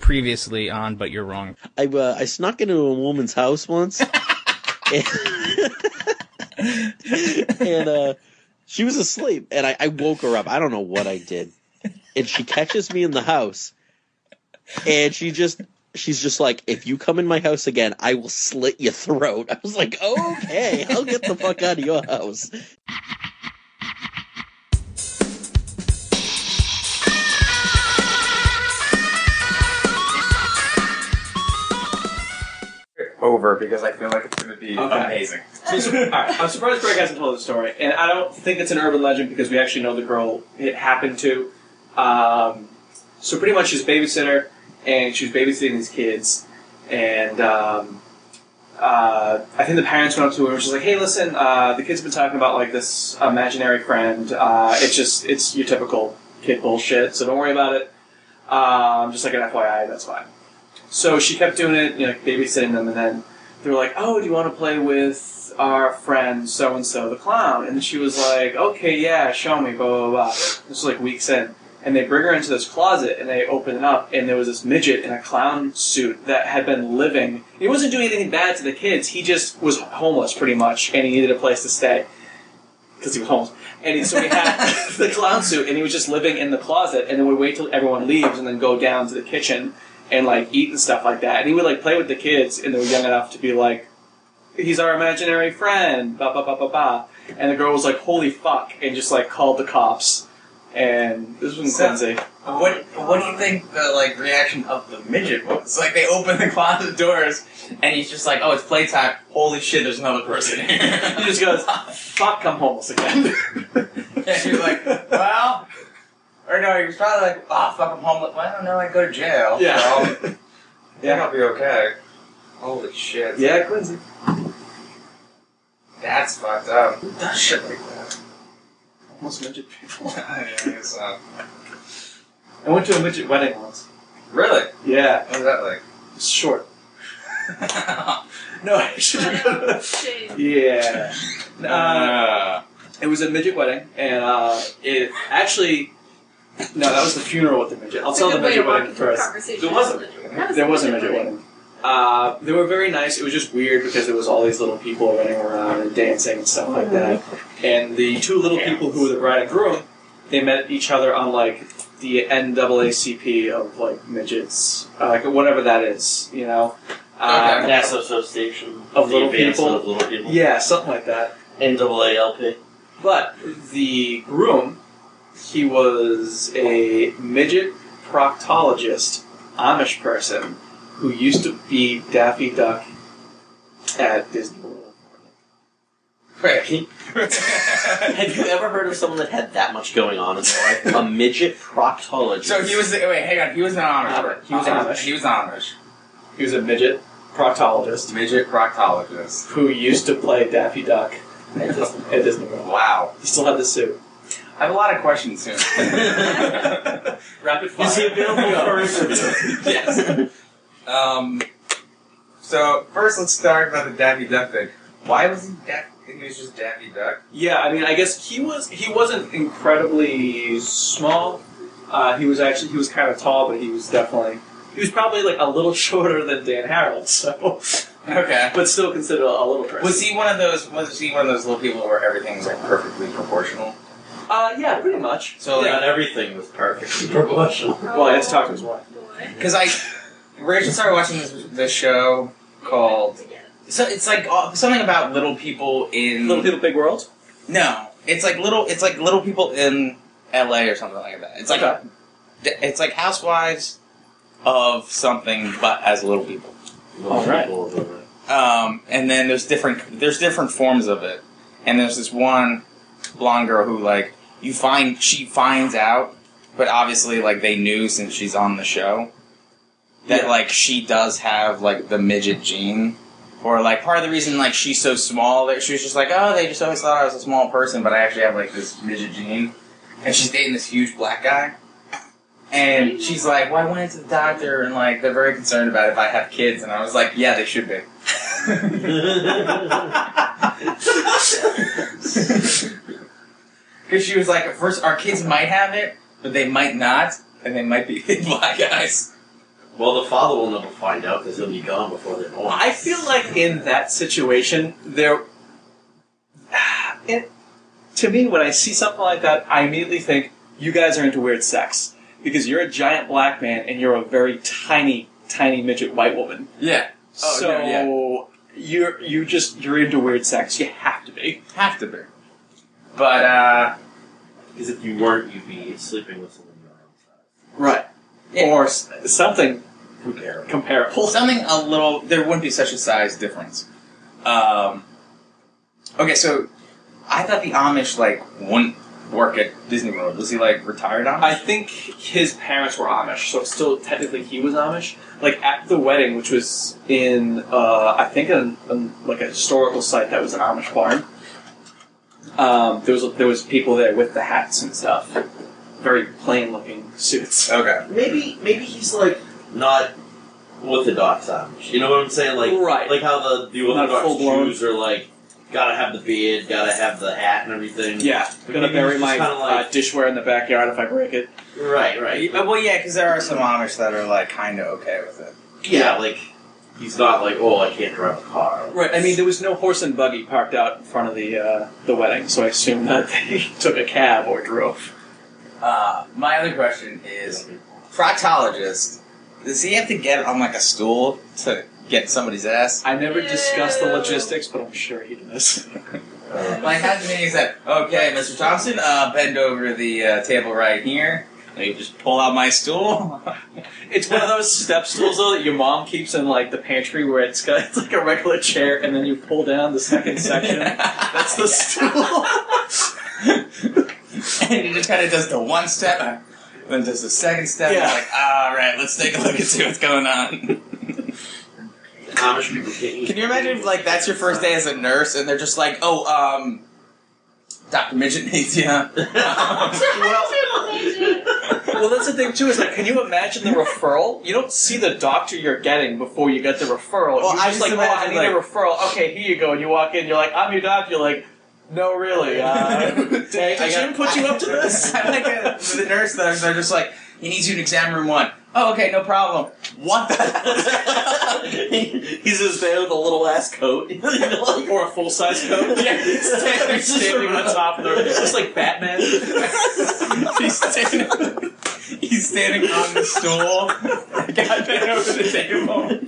previously on But You're Wrong. I uh, I snuck into a woman's house once, and, and, uh, she was asleep, and I, I woke her up. I don't know what I did, and she catches me in the house, and she just she's just like, if you come in my house again, I will slit your throat. I was like, okay, I'll get the fuck out of your house. over because I feel like it's going to be Okay. amazing. All right, I'm surprised Greg hasn't told the story, and I don't think it's an urban legend because we actually know the girl it happened to. Um, so pretty much, she's a babysitter, and she was babysitting these kids, and um, uh, I think the parents went up to her and she's like, "Hey, listen, uh, the kids have been talking about like this imaginary friend. Uh, it's just it's your typical kid bullshit, so don't worry about it. Um, just like an FYI, that's fine." So she kept doing it, you know, babysitting them, and then they were like, "Oh, do you want to play with our friend so and so, the clown?" And she was like, "Okay, yeah, show me." Blah blah blah. This was like weeks in, and they bring her into this closet, and they open it up, and there was this midget in a clown suit that had been living. He wasn't doing anything bad to the kids. He just was homeless, pretty much, and he needed a place to stay because he was homeless. And he, so he had the clown suit, and he was just living in the closet. And then we wait till everyone leaves, and then go down to the kitchen and like eat and stuff like that. And he would like play with the kids, and they were young enough to be like, "He's our imaginary friend." Ba ba ba ba ba. And the girl was like, "Holy fuck!" and just like called the cops. And this was in So- Quincy. Uh, What What do you think the like reaction of the midget was? Like they open the closet doors and he's just like, "Oh, it's playtime! Holy shit, there's another person here." He just goes, "Fuck, I'm homeless again." and you're like, "Well." Or no, he was probably like, oh, fuck, I'm homeless. Well, I don't know, I go to jail. Yeah. So, I think Yeah. I'll Um, be okay. Holy shit. yeah, Quincy. That's fucked up. Who does shit like that? Homeless midget people. I guess, uh, I went to a midget wedding once. really? Yeah, What was that like? it's short. Uh, No, actually. yeah. Uh, Uh, It was a midget wedding, and uh, it actually. No, that was the funeral with the midget. I'll It's tell a the good way to midget walk wedding into a first. conversation. There wasn't. That was There was a good midget way. wedding. Uh, they were very nice. It was just weird because there was all these little people running around and dancing and stuff like that. And the two little people who were the bride and groom, they met each other on like the NAACP of like midgets, uh, like whatever that is, you know. Uh, Okay. National Association Of the Little Advancement People. Of little people. Yeah, something like that. NAALP. But the groom, he was a midget proctologist, Amish person, who used to be Daffy Duck at Disney World. wait. Have you ever heard of someone that had that much going on in their life? A midget proctologist. so he was. The, wait, hang on. He was an Amish. right? He was an Amish. He was an Amish. He was a midget proctologist Midget proctologist. who used to play Daffy Duck at Dis- at Disney World. Wow. He still had the suit. I have a lot of questions soon. Rapid fire. Is he available Go. for interview? yes. um. So first, let's start about the Daffy Duck thing. Why was he Daffy? He was just Daffy Duck. Yeah, I mean, I guess he was. He wasn't incredibly small. Uh, he was actually he was kind of tall, but he was definitely he was probably like a little shorter than Dan Harold. So, Okay. but still considered a, a little person. Was he one of those? Was he one of those little people where everything was like perfectly proportional? Uh, yeah, pretty much. So yeah. Not everything was perfectly proportional. well, I had to talk to his wife. Boy. Because I, Rachel started watching this, this show called. So it's like uh, something about little people in Little People, Big World. No, it's like little. It's like little people in L.A. or something like that. It's like Okay. it's like housewives of something, but as little people. All right. Um, and then there's different there's different forms of it. And there's this one blonde girl who like you find she finds out, but obviously like they knew since she's on the show that Yeah. like she does have like the midget gene. Or like part of the reason like she's so small that she was just like, Oh, they just always thought I was a small person, but I actually have like this midget gene. And she's dating this huge black guy. And she's like, Well, I went to the doctor and like they're very concerned about if I have kids and I was like, Yeah, they should be. uh, Because she was like, at first, our kids might have it, but they might not, and they might be black guys. Well, the father will never find out because he'll be gone before they're born. I feel like in that situation, there. It, to me, when I see something like that, I immediately think you guys are into weird sex because you're a giant black man and you're a very tiny, tiny midget white woman. Yeah. Oh, so you're you just you're into weird sex. You have to be. Have to be. But, uh. Because if you weren't, you'd be sleeping with someone your own size. Right. Or s- something Who cares? comparable. Something a little. There wouldn't be such a size difference. Um, okay, so I thought the Amish like wouldn't work at Disney World. Was he like retired Amish? I think his parents were Amish, so still technically he was Amish. Like at the wedding, which was in uh, I think in, in like a historical site that was an Amish barn. Um, there was there was people there with the hats and stuff, very plain looking suits. okay. Maybe, maybe he's like not orthodox Amish. You know what I'm saying? Like, Right. like how the the Not orthodox full-blown. Jews are like, gotta have the beard, gotta have the hat and everything. Yeah, But gonna maybe bury he's my just kinda like- uh, dishware in the backyard if I break it. Right, right. Well, yeah, because there are some Amish that are like kind of okay with it. Yeah, like he's not like, oh, I can't drive a car. Right. I mean, there was no horse and buggy parked out in front of the uh, the wedding, so I assume that they took a cab or drove. Uh, my other question is, proctologist, does he have to get on like a stool to get somebody's ass? I never discussed the logistics, but I'm sure he does. Like, how do you said, okay, Mr. Thompson, uh, bend over the uh, table right here. And you just pull out my stool. It's one of those step stools though that your mom keeps in like the pantry where it's got it's like a regular chair and then you pull down the second section. That's the stool. and he just kind of does the one step, then does the second step. Yeah. And he's like, all right, let's take a look and see what's going on. Amish people can't. Can you imagine if, like, that's your first day as a nurse, and they're just like, oh, um, Doctor Midget needs you. well that's the thing too, is like can you imagine the referral? You don't see the doctor you're getting before you get the referral. Well, you're I just just like, oh, I imagine, need a like- referral. Okay, here you go. And you walk in, you're like, I'm your doctor, you're like, no really. Uh, did I did got- Jim put you up to this? I like it. the nurse though, they're just like, he needs you in exam room one. Oh, okay, no problem. What the? He's just there with a little ass coat. or a full size coat. Yeah, he's standing- He's standing on top of the just like Batman. he's standing. He's standing on the stool. The guy bent over the table.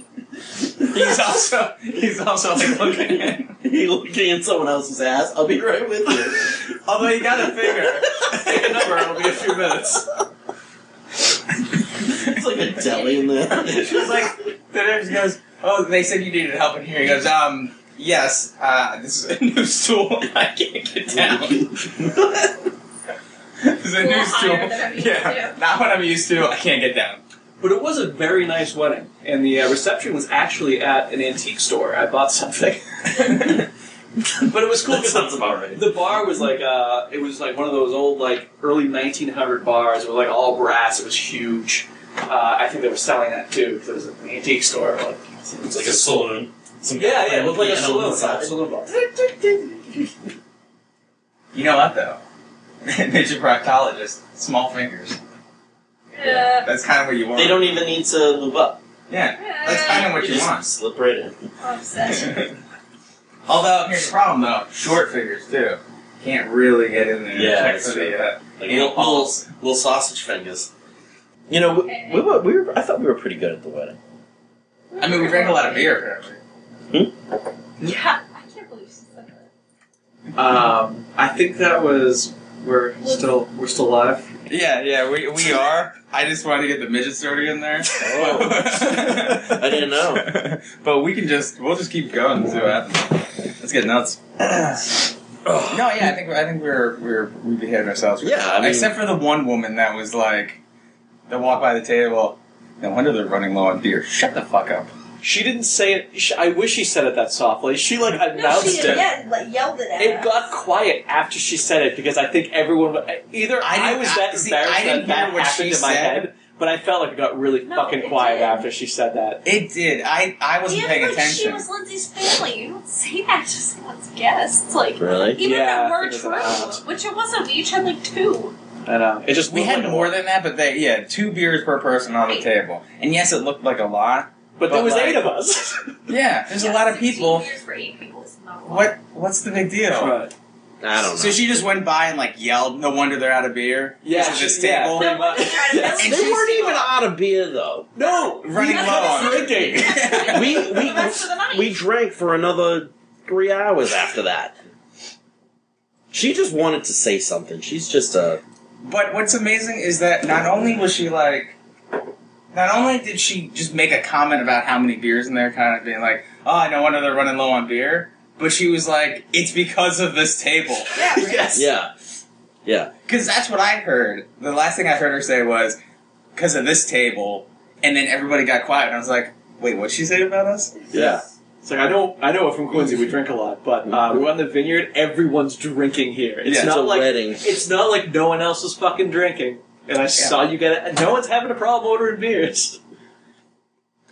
He's also he's also like looking at. He looking at someone else's ass. I'll be right with you. Although you got a finger. Take a number, it'll be a few minutes. It's like a deli in there. She's like the nurse goes, "Oh, they said you needed help in here." He goes, "Um, yes. Uh, this is a new stool. I can't get down. this is a new Little stool. higher than I'm used yeah, not what I'm used to. I can't get down. But it was a very nice wedding, and the uh, reception was actually at an antique store. I bought something, but it was cool That because sounds about right. the bar was like uh, it was like one of those old like early 1900 bars. It was like all brass. It was huge. Uh, I think they were selling that too because it was an antique store. Like, It's like a saloon. Some guy yeah, yeah, it looked like a playing piano on saloon. the side. saloon bar. You know what though? Major proctologist, small fingers. Yeah. That's kind of what you want. They don't even need to lube up. yeah, that's kind of what you just want. Slip right in. Obsession. Although here's the problem though, short fingers too. Can't really get in there. Yeah, check that's for true. the, uh, Like little, little, little sausage fingers. You know, we, we, were, we were. I thought we were pretty good at the wedding. I mean, we drank a lot of beer. Apparently. Yeah. I can't believe she said that. Um, I think that was we're still we're still live. Yeah, yeah, we, we are. I just wanted to get the midget story in there. Oh. I didn't know. but we can just we'll just keep going and see what happens. Let's get nuts. no, yeah, I think I think we're we're we behaved ourselves. Yeah, I mean- except for the one woman that was like, that walked by the table. No wonder they're running low on beer. Shut the fuck up. She didn't say it. She, I wish she said it that softly. She like No, announced she it. yeah, like, yelled it at It us. got quiet after she said it because I think everyone uh, either I I, didn't- was I- that embarrassed see, I that didn't that hear what happened she in my said. head, but I felt like it got really No, fucking it quiet did. after she said that. It did. I I wasn't and paying like she attention. was Lindsay's family. You don't say that just once guest. Like Really? even Yeah, if it I were think it was true, an aunt. which it wasn't, we each had like two. And uh, it just We looked had like a more lot. than that, but they, yeah, two beers per person on the table. And yes, it looked like a lot. but there but was like- eight of us. Yeah, there's a lot of people. Years for eight people is not a lot. What? What's the big deal? Right. I don't know. So she just went by and like yelled. No wonder they're out of beer. Yeah, This is this she- yeah. table. Pretty much. Yes, They And she's- weren't even out of beer though. No, Running we low on- drinking. We For we the rest of the night. we drank for another three hours after that. She just wanted to say something. She's just uh, a But what's amazing is that not only was she like, not only did she just make a comment about how many beers in there, kind of being like, oh, no wonder they're running low on beer, but she was like, it's because of this table. Yeah, right. Yes. yeah yeah. Because that's what I heard. The last thing I heard her say was, because of this table, and then everybody got quiet, and I was like, wait, what'd she say about us? Yeah. It's like I know I know it from Quincy. We drink a lot, but uh, we're on the vineyard. Everyone's drinking here. It's It's Yeah. not a like wedding. it's not like no one else was fucking drinking. And I saw you get it. No one's having a problem ordering beers.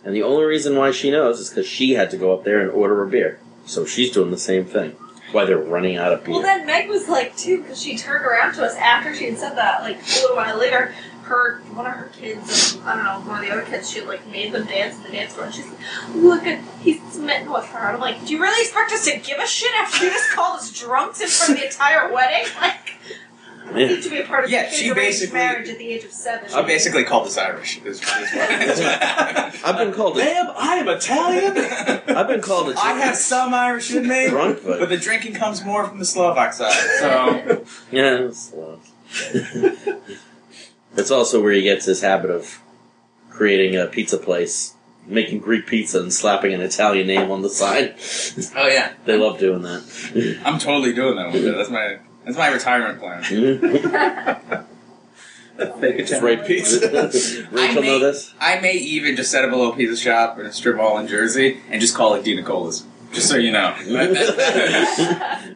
And the only reason why she knows is because she had to go up there and order a beer. So she's doing the same thing. Why they're running out of beer. Well, then Meg was like too, because she turned around to us after she had said that. Like a little while later, her one of her kids, I don't know, one of the other kids, she had, like made them dance in the dance floor, and she's like, "Look at he's smitten with her." And I'm like, "Do you really expect us to give a shit after you just called us drunks in front of the entire wedding? Like, I Yeah. need to be a part of Yeah, your kids' she arranged basically- marriage at the age of seven. I basically called this Irish. Is, is what- I've been called a, Ma'am, I am Italian. I've been called a I have some Irish in me, drunk, but but the drinking comes more from the Slovak side, so. yeah, it's, uh, it's also where he gets his habit of creating a pizza place, making Greek pizza and slapping an Italian name on the side. Oh yeah, they love doing that. I'm totally doing that one. day. That's my that's my retirement plan. Fake Does Italian Rachel, pizza. Rachel know this? I may even just set up a little pizza shop in a strip mall in Jersey and just call it Dina Cola's. Just so you know.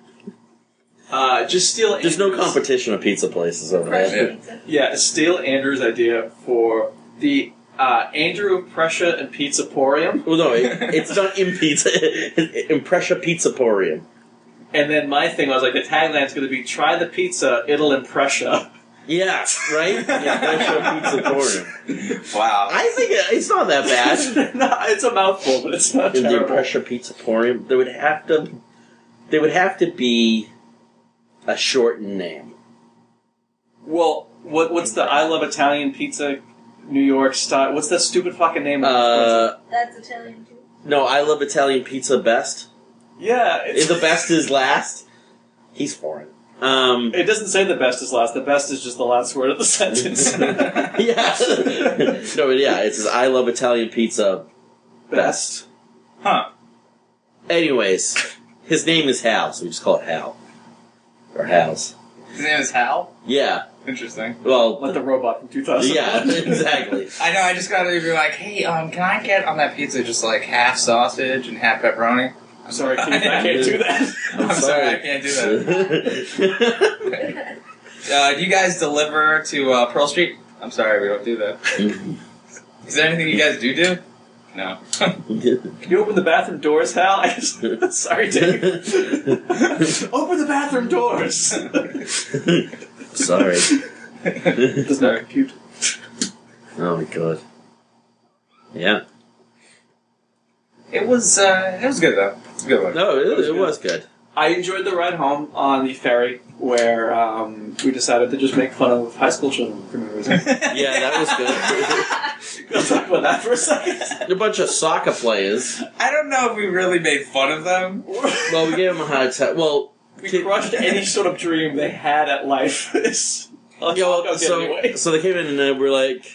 uh, just steal. There's no Andrew's- competition of pizza places over Fresh there. pizza. Yeah, steal Andrew's idea for the uh, Andrew Prussia and Pizza Porium, Well, no, it, it's not in pizza. Impressia Pizzaporium. and then my thing was like the tagline's going to be "Try the pizza, it'll impress you." Yeah, right? Yeah, Impressia Pizzaporium. wow. I think it- it's not that bad. no, it's a mouthful, but it's not in the terrible. Impressia Pizzaporium, there would have to there would have to be a shortened name. Well, what what's the I love Italian pizza, New York style? What's that stupid fucking name? of it? Uh, That's Italian too. no, I love Italian pizza best. yeah, it's, The best is last. He's foreign. Um, It doesn't say the best is last. The best is just the last word of the sentence. yeah, no, but yeah, it's I love Italian pizza. best. Huh. Anyways, his name is Hal, so we just call it Hal or Hal's. His name is Hal? Yeah, Interesting. well, Like the robot from 2000. yeah, exactly. I know, I just gotta be like, hey, um, can I get on that pizza just like half sausage and half pepperoni? I'm sorry, Keith, I can't do that. I'm sorry, I can't do that. Uh, do you guys deliver to uh, Pearl Street? I'm sorry, we don't do that. Is there anything you guys do do? No. Can you open the bathroom doors, Hal? I just, sorry, Dave. open the bathroom doors. Sorry. Does not compute. Oh my god. Yeah. It was, uh, it was good though. It's a good one. No, it, was it good. was good. I enjoyed the ride home on the ferry where um, we decided to just make fun of high school children for no reason. Yeah, that was good. Let's talk about that for a second. a bunch of soccer players. I don't know if we really made fun of them. Well, we gave them a hard time. Well, We crushed any sort of dream they had at life. It's- I'll yeah, well I'll go get it so, anyway. so they came in and uh, we're like,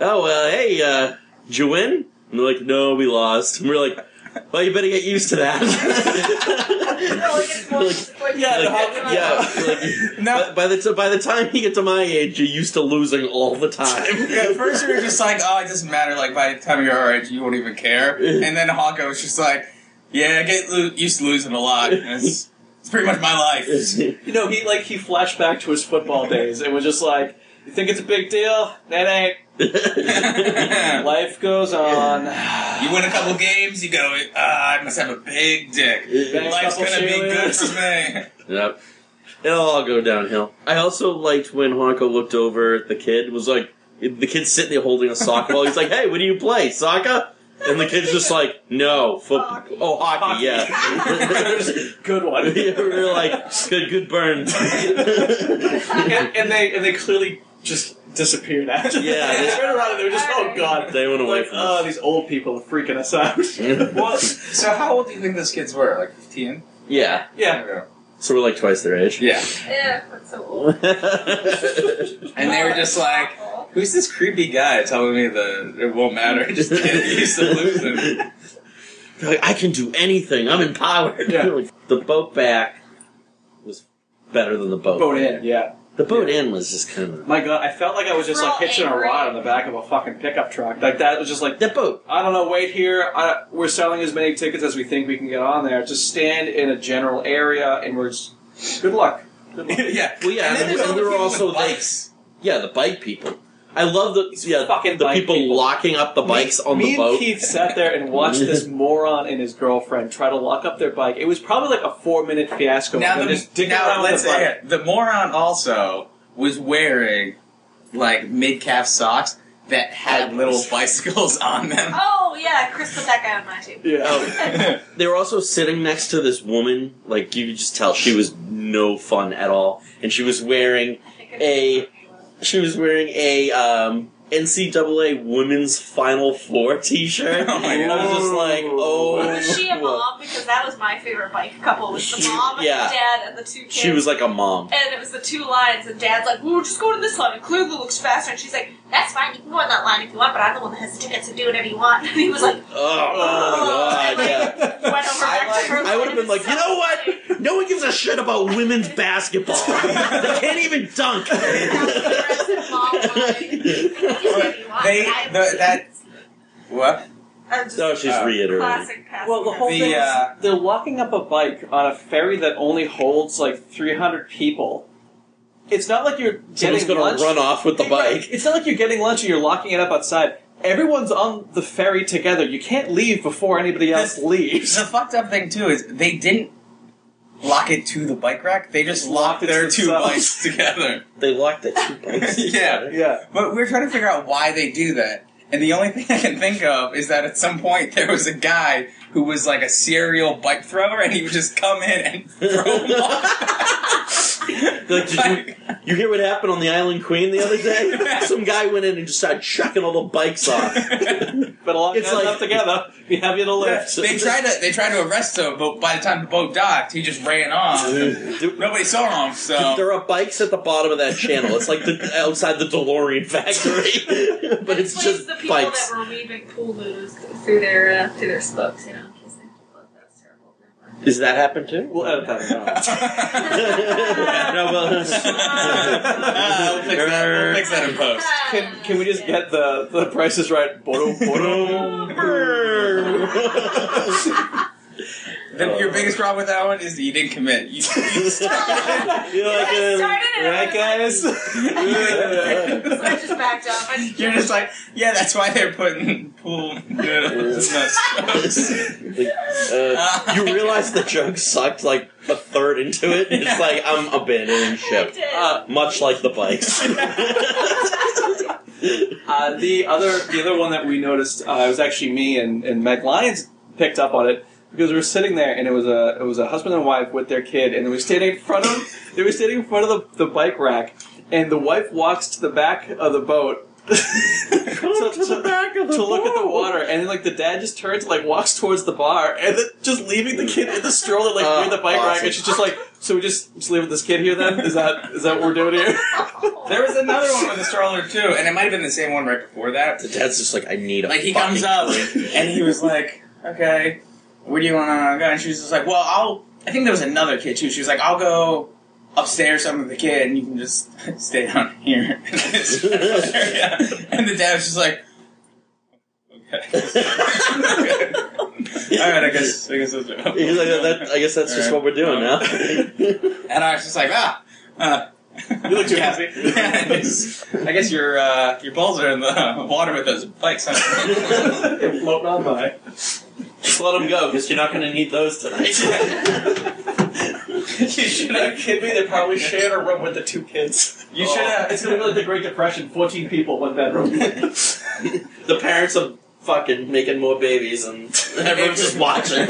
oh, well, hey, uh, did you win? And they're like, no, we lost. And we're like, well, you better get used to that. No, like it's more disappointing. Yeah, Like, no, yeah, like, by, by the t- by the time you get to my age, you're used to losing all the time. Yeah, at first we were just like, oh, it doesn't matter. Like by the time you're our age, you won't even care. And then Hawko was just like, yeah, I get lo- used to losing a lot. It's, it's pretty much my life. You know, he like he flashed back to his football days and was just like, "You think it's a big deal? That ain't." you Life goes on. win a couple games, you go, ah, I must have a big dick. Bang a Life's couple gonna be good shooters. for me. Yep. It'll all go downhill. I also liked when Honko looked over at the kid, was like, the kid's sitting there holding a soccer ball. He's like, hey, what do you play? Soccer? And the kid's just like, no, football. Hockey. Oh, hockey, yeah. Good one. we were like, good, good burn. and, and they and they clearly just disappeared after. Yeah, they they- turned around and they were just, oh god. they went away Like, from oh, us. these old people are freaking us out. Well, so how old do you think those kids were? Like fifteen? yeah, yeah. so we're like twice their age. Yeah. Yeah, that's so old. yeah, And they were just like, "Who's this creepy guy telling me that it won't matter? I just can't use to lose him." They're like, I can do anything. I'm empowered. Yeah. Like, the boat back was better than the boat. Boat in, yeah. The boat in was just kind of My god, I felt like I was just We're like all hitching a angry. rod on the back of a fucking pickup truck. Like that was just like that boat. I don't know, wait here. I, we're selling as many tickets as we think we can get on there. Just stand in a general area, and we're just. Good luck. Good luck. yeah. Well, yeah, And then and, there's all and we the were people with also bikes. yeah the bike people. I love the yeah fucking the bike people, people. locking up the bikes on me the boat. and Keith sat there and watched this moron and his girlfriend try to lock up their bike. It was probably like a four minute fiasco. now and the, they're just dicking now around let's with the bike. say it. the moron also was wearing like mid calf socks that had little bicycles on them. Oh yeah, Chris put that guy on my team. Yeah. Oh, they were also sitting next to this woman. Like you could just tell she was no fun at all, and she was wearing I think I- A- she was wearing a um, NCAA Women's Final Four T-shirt. Oh my God. I was just like, oh, Was she a mom? Because that was my favorite bike couple. Was the She- mom, and yeah. the dad, and the two kids. She was like a mom. and it was the two lines, and Dad's like, "Well, just go to this line. It clearly looks faster." And she's like, "That's fine. You can go on that line if you want, but I'm the one that has the tickets, so do whatever you want." And he was like, Oh, my Oh, god, yeah. went over back to her. I would have been like, you know what? No one gives a shit about women's basketball. they can't even dunk. They the, that what? no, she's Uh, reiterating. classic. Pass Well, the whole The, thing is uh, they're locking up a bike on a ferry that only holds like 300 people. It's not like you're Someone's getting gonna lunch. run off with the Right. bike. It's not like you're getting lunch and you're locking it up outside. Everyone's on the ferry together. You can't leave before anybody else leaves. The fucked up thing too is they didn't lock it to the bike rack. They just locked Locked it their to two themselves. bikes together. They locked the two bikes. Yeah. together. Yeah. But we we're trying to figure out why they do that. And the only thing I can think of is that at some point there was a guy who was like a serial bike thrower, and he would just come in and throw them off. Like, did you- Like, You hear what happened on the Island Queen the other day? Some guy went in and just started chucking all the bikes off. But a lot of It's like, like- up together. We have you to lift. they tried to they tried to arrest him, but by the time the boat docked, he just ran off. Dude, Nobody saw him, so There are bikes at the bottom of that channel. It's like the, outside the DeLorean factory, but it's Explains just the people bikes. that were weaving pool noodles through their uh, through their spokes. You know, in case they well, that was terrible. Does that happen too? We'll edit that no, we'll, fix that, we'll fix that in post. Can, can we just get the the prices right? Bodo bodo. The- your biggest problem with that one is that you didn't commit. You, you You're like, I um, started it. right, guys. I just backed up. I just, You're just like, yeah, that's why they're putting pool noodles in the uh, you realize the joke sucked like a third into it. and It's like I'm abandoning I ship, did. Uh, much like the bikes. Uh, the other the other one that we noticed uh, it was actually me and, and Meg Lyons picked up on it because we were sitting there and it was a it was a husband and wife with their kid and they were standing in front of they were standing in front of the, the bike rack and the wife walks to the back of the boat to, to- to look at the water and then like the dad just turns and like walks towards the bar and then just leaving the kid in the stroller like Oh, near the bike rack awesome. and she's just like so we just, just leave this kid here then is that is that what we're doing here There was another one with a stroller too, and it might have been the same one right before that. The dad's just like I need a. Like he comes up and he was like, "Okay, where do you want to go?" And she was just like, "Well, I'll." I think there was another kid too. She was like, "I'll go upstairs. I'm with the kid, and you can just stay down here." and the dad was just like, "Okay." All right, I guess I guess that's He's like, that, I guess that's just what we're doing now. And I was just like, ah. Uh. You look too happy. Yeah, I guess, I guess your uh, your balls are in the water with those bikes. Huh? floating on by just let them go because you're not going to need those tonight. you should That have. kid me they probably shared a room with the two kids. You should have. It's gonna be like the Great Depression, fourteen people, one bedroom. The parents are fucking making more babies, and everyone's just watching.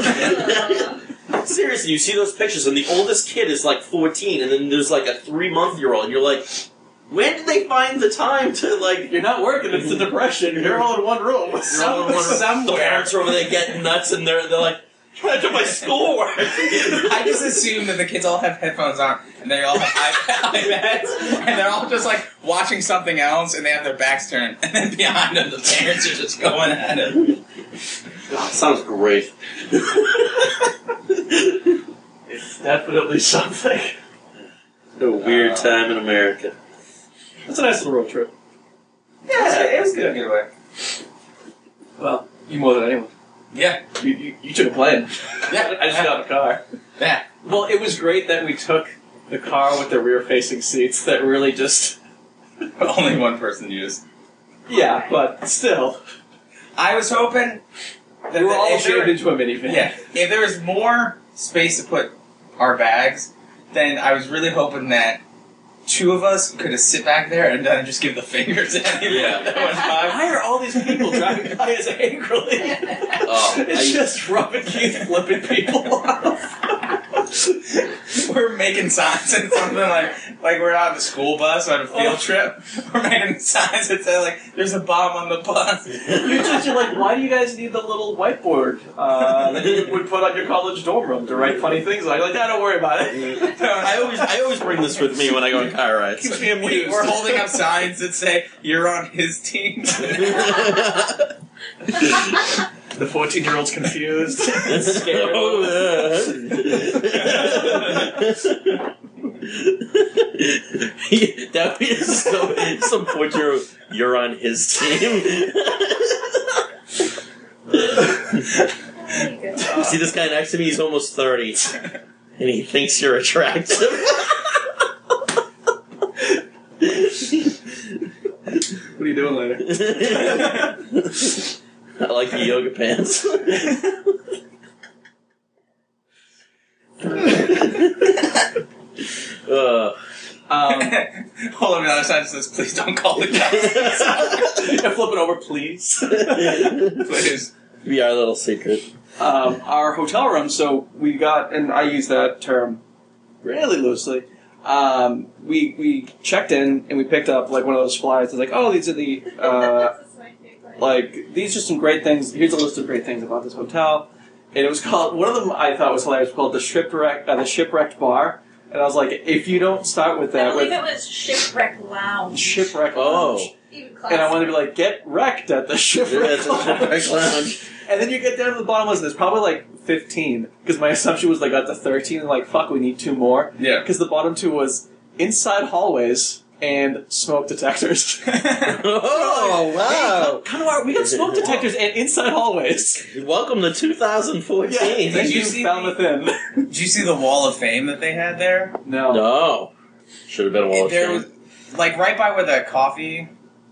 Seriously, you see those pictures, and the oldest kid is like 14, and then there's like a three month year old, and you're like, when did they find the time to like. You're not working. It's the Depression. You're all in one room. You're all in one room. Somewhere. The parents are over there getting nuts, and they're, they're like, trying to do my schoolwork. I just assume that the kids all have headphones on and they all have iPads and they're all just like watching something else and they have their backs turned and then behind them the parents are just going at it. sounds great. It's definitely something. A weird Uh, time in America. That's a nice little road trip. Yeah, it was good. Either way. Well, you more than anyone. Yeah, You, you, you took a plane. yeah, I just got a car. yeah. Well, it was great that we took the car with the rear-facing seats. That really just Only one person used. yeah, but still, I was hoping that we were the- all if there- jammed into a minivan. Yeah, if there was more space to put our bags, then I was really hoping that two of us could have sit back there and then just give the fingers. to anyone Yeah. at one time. Why are all these people driving cars angrily? Oh, it's I- just Robin Keith flipping people off. We're making signs and something like like we're on the school bus on a Oh. field trip. We're making signs that say like there's a bomb on the bus. You're just you're like, why do you guys need the little whiteboard uh, that you would put on your college dorm room to write funny things? Like, like, "Nah, don't worry about it. I always, I always bring this with me when I go on car rides. Keeps me We, amused. we're holding up signs that say you're on his team. The 14 year old's confused. scared. Oh, that would be so, some point you're, you're on his team. See this guy next to me, he's almost 30, and he thinks you're attractive. What are you doing later? I like the yoga pants. uh, Um, Hold on the other side it says please don't call the cops. yeah, flip it over, please. please. be our little secret. um, our hotel room. So we got, and I use that term really loosely. Um, we we checked in and we picked up like one of those flyers. It's like, oh, these are the uh, like these are some great things. Here's a list of great things about this hotel. And it was called one of them. I thought was hilarious. Called the shipwreck, uh, the shipwrecked bar. And I was like, if you don't start with I that, believe with it was Shipwreck Lounge. shipwreck Oh. lounge, Even and I wanted to be like, get wrecked at the shipwreck That's a lounge. shipwreck lounge. And then you get down to the bottom list, and it's probably like 15, because my assumption was like got to 13, and like, fuck, we need two more. Yeah. Because the bottom two was inside hallways and smoke detectors. Oh Come on, we got smoke detectors and inside hallways. wow! Welcome to 2014. Yeah, Did thank you you, see Falmouth Inn. Did you see the wall of fame that they had there? no. No, should have been a wall of there shame. was like right by where the coffee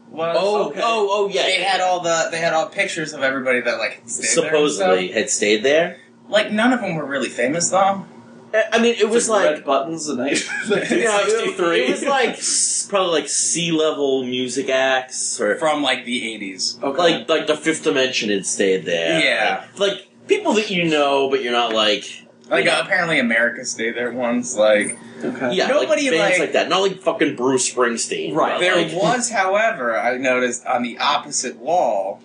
was. Oh, okay. oh, oh, yeah. They had all the they had all pictures of everybody that like stayed there and supposedly had stayed there. stuff. Like none of them were really famous though. I I mean, it was like red buttons and I. you know, it- 63. it was like s- probably like sea level music acts or From like the eighties. Okay. like like the Fifth Dimension had stayed there. Yeah. like, like, people that you know, but you're not like Like Yeah. uh, apparently America stayed there once. Like okay. yeah, Nobody, like bands like- like, that. Not like fucking Bruce Springsteen, Right. but, there like- was, however, I noticed on the opposite wall.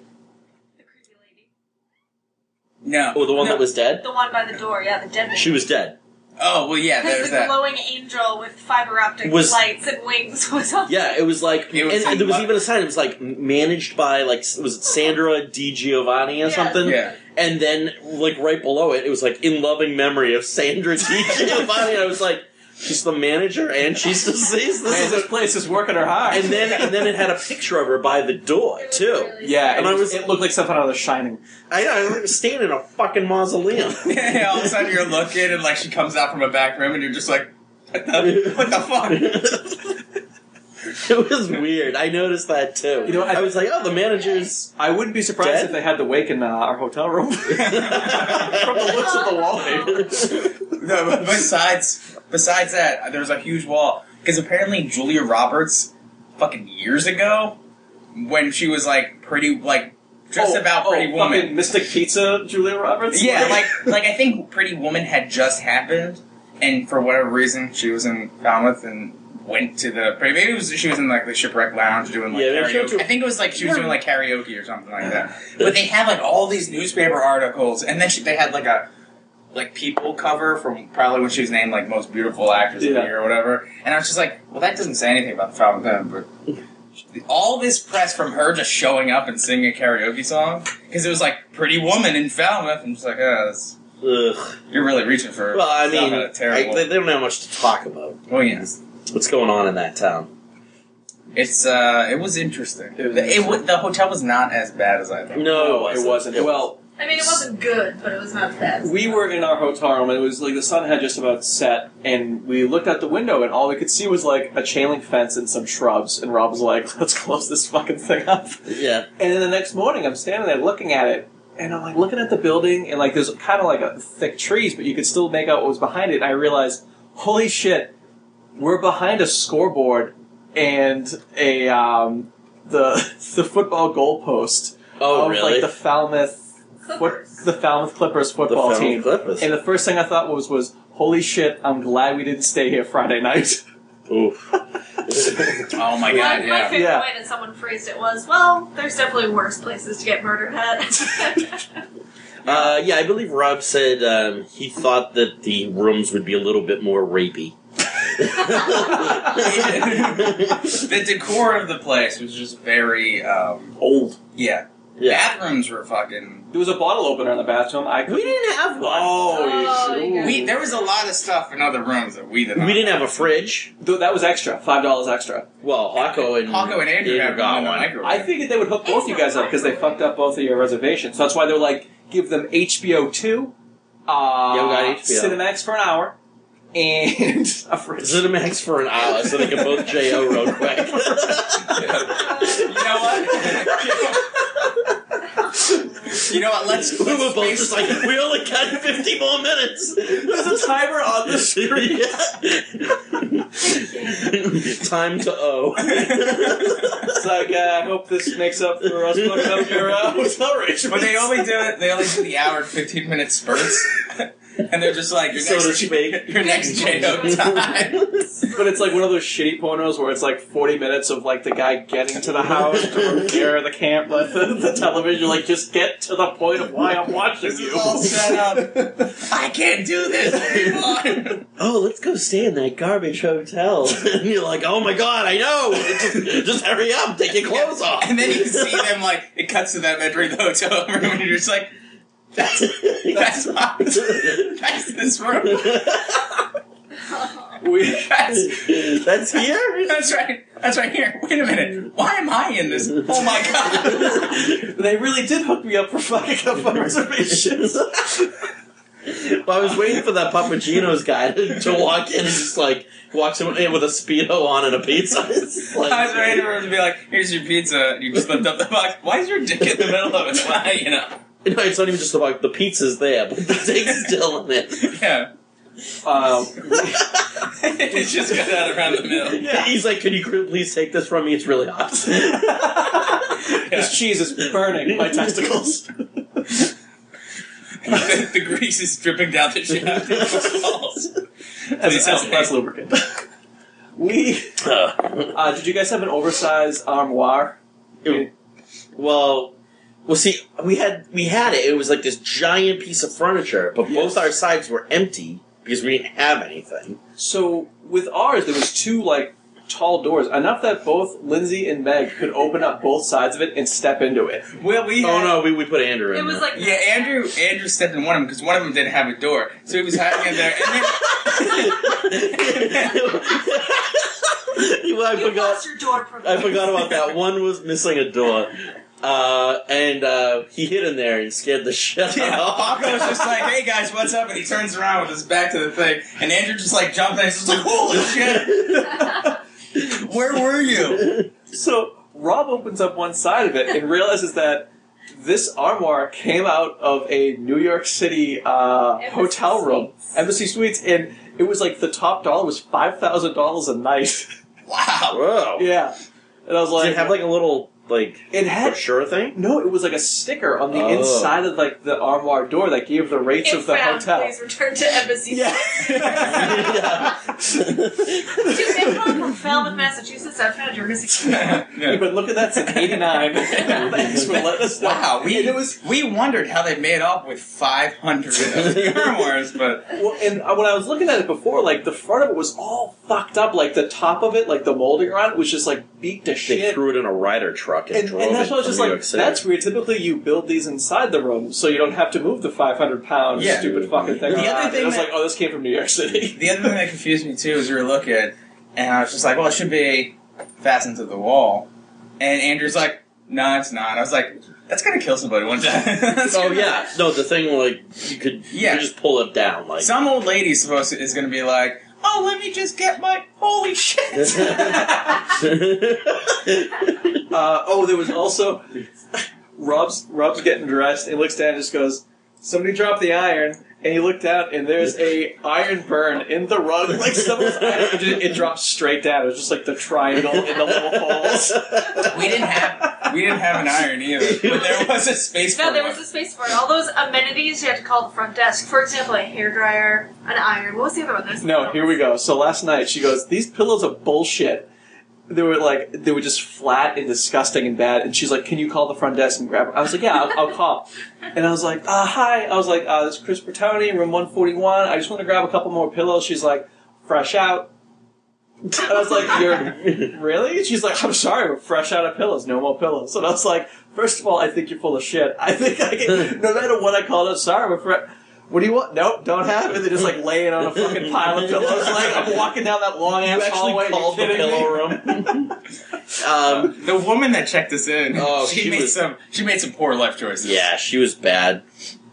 No. oh, the one no. that was dead. The one by the door, yeah, the dead one. She was dead. Oh well, yeah. Because There's the that. glowing angel with fiber optic Was- lights and wings was on. Yeah, it was like, It was and- in and there was Lu- even a sign. It was like managed by like s- was it Sandra Di Giovanni or Yeah. something. Yeah. And then, like right below it, it was like in loving memory of Sandra Di Giovanni. and I was like, she's the manager and she's deceased. This Man, is a this place is working her hard. and then and then it had a picture of her by the door It was too. really yeah, And it, I was, was- it looked like something out of The Shining. I know, I remember staying in a fucking mausoleum. Yeah, all of a sudden you're looking, and like she comes out from a back room, and you're just like, what the, what the fuck? it was weird. I noticed that too. You know, I- I, was like, oh, the manager's. I wouldn't be surprised Dead? if they had the wake in uh, our hotel room. From the looks of the wallpaper. No, but besides Besides that, there was a huge wall because apparently Julia Roberts, fucking years ago, when she was like pretty, like just Oh, about oh, Pretty Woman, fucking Mystic Pizza, Julia Roberts. yeah, like like I think Pretty Woman had just happened, and for whatever reason she was in Falmouth and went to the maybe it was she was in like the shipwreck lounge doing like Yeah, they were karaoke. trying to- I think it was like she was doing like karaoke or something like that. But they had like all these newspaper articles, and then she, they had like a like people cover from probably when she was named like most beautiful actress of the Yeah. year or whatever. And I was just like, well, that doesn't say anything about the Falmouth then, but. All this press from her just showing up and singing a karaoke song because it was like Pretty Woman in Falmouth, and just like, oh, that's Ugh. you're really reaching for. Well, I stuff mean, out of I, terrible. they, they don't have much to talk about. well, yeah, What's going on in that town? it's uh, it was interesting. It was the, it interesting. wa- the hotel was not as bad as I thought. No, it wasn't. Well, I mean, it wasn't good, but it was not bad. we were in our hotel room, and it was like the sun had just about set, and we looked out the window, and all we could see was like a chain link fence and some shrubs. And Rob was like, "Let's close this fucking thing up." Yeah. And then the next morning, I'm standing there looking at it, and I'm like looking at the building, and like there's kind of like a thick trees, but you could still make out what was behind it. And I realized, holy shit, we're behind a scoreboard and a um, the the football goalpost Oh, of really? um, like the Falmouth what Clippers. the Falmouth Clippers the football Falmouth team. Clippers. And the first thing I thought was was holy shit, I'm glad we didn't stay here Friday night. Oof. Oh my god, My- My yeah. favorite Yeah. way that someone phrased it was, "Well, there's definitely worse places to get murdered at." Uh, yeah, I believe Rob said um, he thought that the rooms would be a little bit more rapey. the decor of the place was just very um, Old. yeah. yeah. Bathrooms were fucking. There was a bottle opener in the bathroom. I We could. didn't have one. Oh, you- you got it. We there was a lot of stuff in other rooms that we didn't. We didn't have a fridge. Th- that was extra, five dollars extra. Well, Hawko and Hawko and Andrew had got in the one. microwave. I figured they would hook both you guys up because they fucked up both of your reservations. So that's why they're like, give them HBO two, uh, Yeah, we got HBO. Cinemax for an hour, and a fridge. Zenimax for an hour, so they can both jo real quick. you know what? you know what? Let's. we let's were both just like, we only got fifty more minutes. There's a timer on the screen. Time to O. It's like, uh, I hope this makes up for us fucking up your uh, hotel arrangements. But they only do it. They only do the hour and fifteen minute spurts, and they're just like your So next does she. your next J-O time. But it's like one of those shitty pornos where it's like 40 minutes of like the guy getting to the house to repair the camp, like, the, the television. Like, just get to the point of why I'm watching This you. is all set up. I can't do this anymore. oh, let's go stay in that garbage hotel. and you're like, oh my god, I know. Just, just hurry up, take your clothes off. And then you see them like it cuts to them entering the hotel room, and you're just like, that's that's not, that's this room. We- That's That's here. that's right. That's right here. Wait a minute. Why am I in this? Oh my god. They really did hook me up for fucking up my reservations. Well, I was waiting for that Papagino's guy to, to walk in and just like walks in with a speedo on and a pizza. It's like, I was ready for him to be like, "Here's your pizza." And you just lift up the box. Why is your dick in the middle of it? Why, you know? No, it's not even just about the pizza's there, but the dick's still in it. Yeah. um, it's just cut out around the middle. He's like, "Could you please take this from me? It's really hot." This cheese is burning my testicles. the, the grease is dripping down the shaft. of the walls. As Please a help as, me. as lubricant. We Uh, uh, did you guys have an oversized armoire? well, well, see, we had we had it. It was like this giant piece of furniture, but Yes. both our sides were empty because we didn't have anything. So with ours, there was two like tall doors, enough that both Lindsay and Meg could open up both sides of it and step into it. Well, we. Oh had- no, we, we put Andrew in. it was there. like Yeah, Andrew. Andrew stepped in one of them because one of them didn't have a door, so he was hiding in there. And then, Well, I You forgot. lost your door from I forgot about that. One was missing a door. Uh, and uh, he hid in there and scared the shit yeah, out Paco of was just like, "Hey guys, what's up?" And he turns around with his back to the thing, and Andrew just like jumped in. and He's just like, "Holy shit! Where were you?" So Rob opens up one side of it and realizes that this armoire came out of a New York City uh, Embassy hotel room, Suites. Embassy Suites, and it It was like the top dollar was five thousand dollars a night. Wow. Whoa. yeah, and I was Does like, it have like a little like it had- brochure thing? no, it was like a sticker on the Oh. inside of like the armoire door that gave the rates If of the found, hotel. please return to embassy. Yeah. Dude, if I'm from Falmouth, Massachusetts, I found your missing. We've been looking at that since '89. Thanks for letting us know. Wow, we And it was we wondered how they made off with 500 of the memoirs, but well, and uh, when I was looking at it before, like the front of it was all fucked up. Like the top of it, like the molding around it, was just like beat to They shit. threw it in a rider truck and, And, drove and that's it why I was from just New like, York City. that's weird. Typically, you build these inside the room, so you don't have to move the 500 pound Yeah. stupid fucking thing. The other around. And thing I was that- like, oh, this came from New York City. the other thing that confused me too was we were looking, at, and I was just like, well, it should be fastened to the wall, and Andrew's like, no, it's not. I was like, that's gonna kill somebody one time. That's oh gonna- yeah, no, the thing like you could Yeah. you could just pull it down like Some old lady's supposed to, is gonna be like, oh, let me just get my holy shit. Uh, oh, there was also Rob's Rob's getting dressed and looks down and just goes, somebody dropped the iron. And he looked out, and there's a iron burn in the rug. Like someone's iron, it, just- it dropped straight down. It was just like the triangle in the little holes. we didn't have we didn't have an iron either, but there was a space No, for there one. was a space for it. All those amenities you had to call the front desk. For example, a hairdryer, an iron. What was the other one? There's No, here we go. So last night she goes, "These pillows are bullshit." They were like they were just flat and disgusting and bad. And she's like, "Can you call the front desk and grab?" Her? I was like, "Yeah, I'll, I'll call." And I was like, uh, "Hi," I was like, uh, "This is Chris Bertoni, room one forty one. I just want to grab a couple more pillows." She's like, "Fresh out." And I was like, "You're really?" She's like, "I'm sorry, we're fresh out of pillows. No more pillows." And I was like, first of all, I think you're full of shit. I think I can, no matter what I call it, I'm sorry, we're fre- what do you want? Nope, don't have it. They just like lay it on a fucking pile of pillows. Like I'm walking down that long You ass actually hallway. called the you kidding pillow me? room. um, The woman that checked us in, Oh, she, she made was- some she made some poor life choices. yeah, she was bad.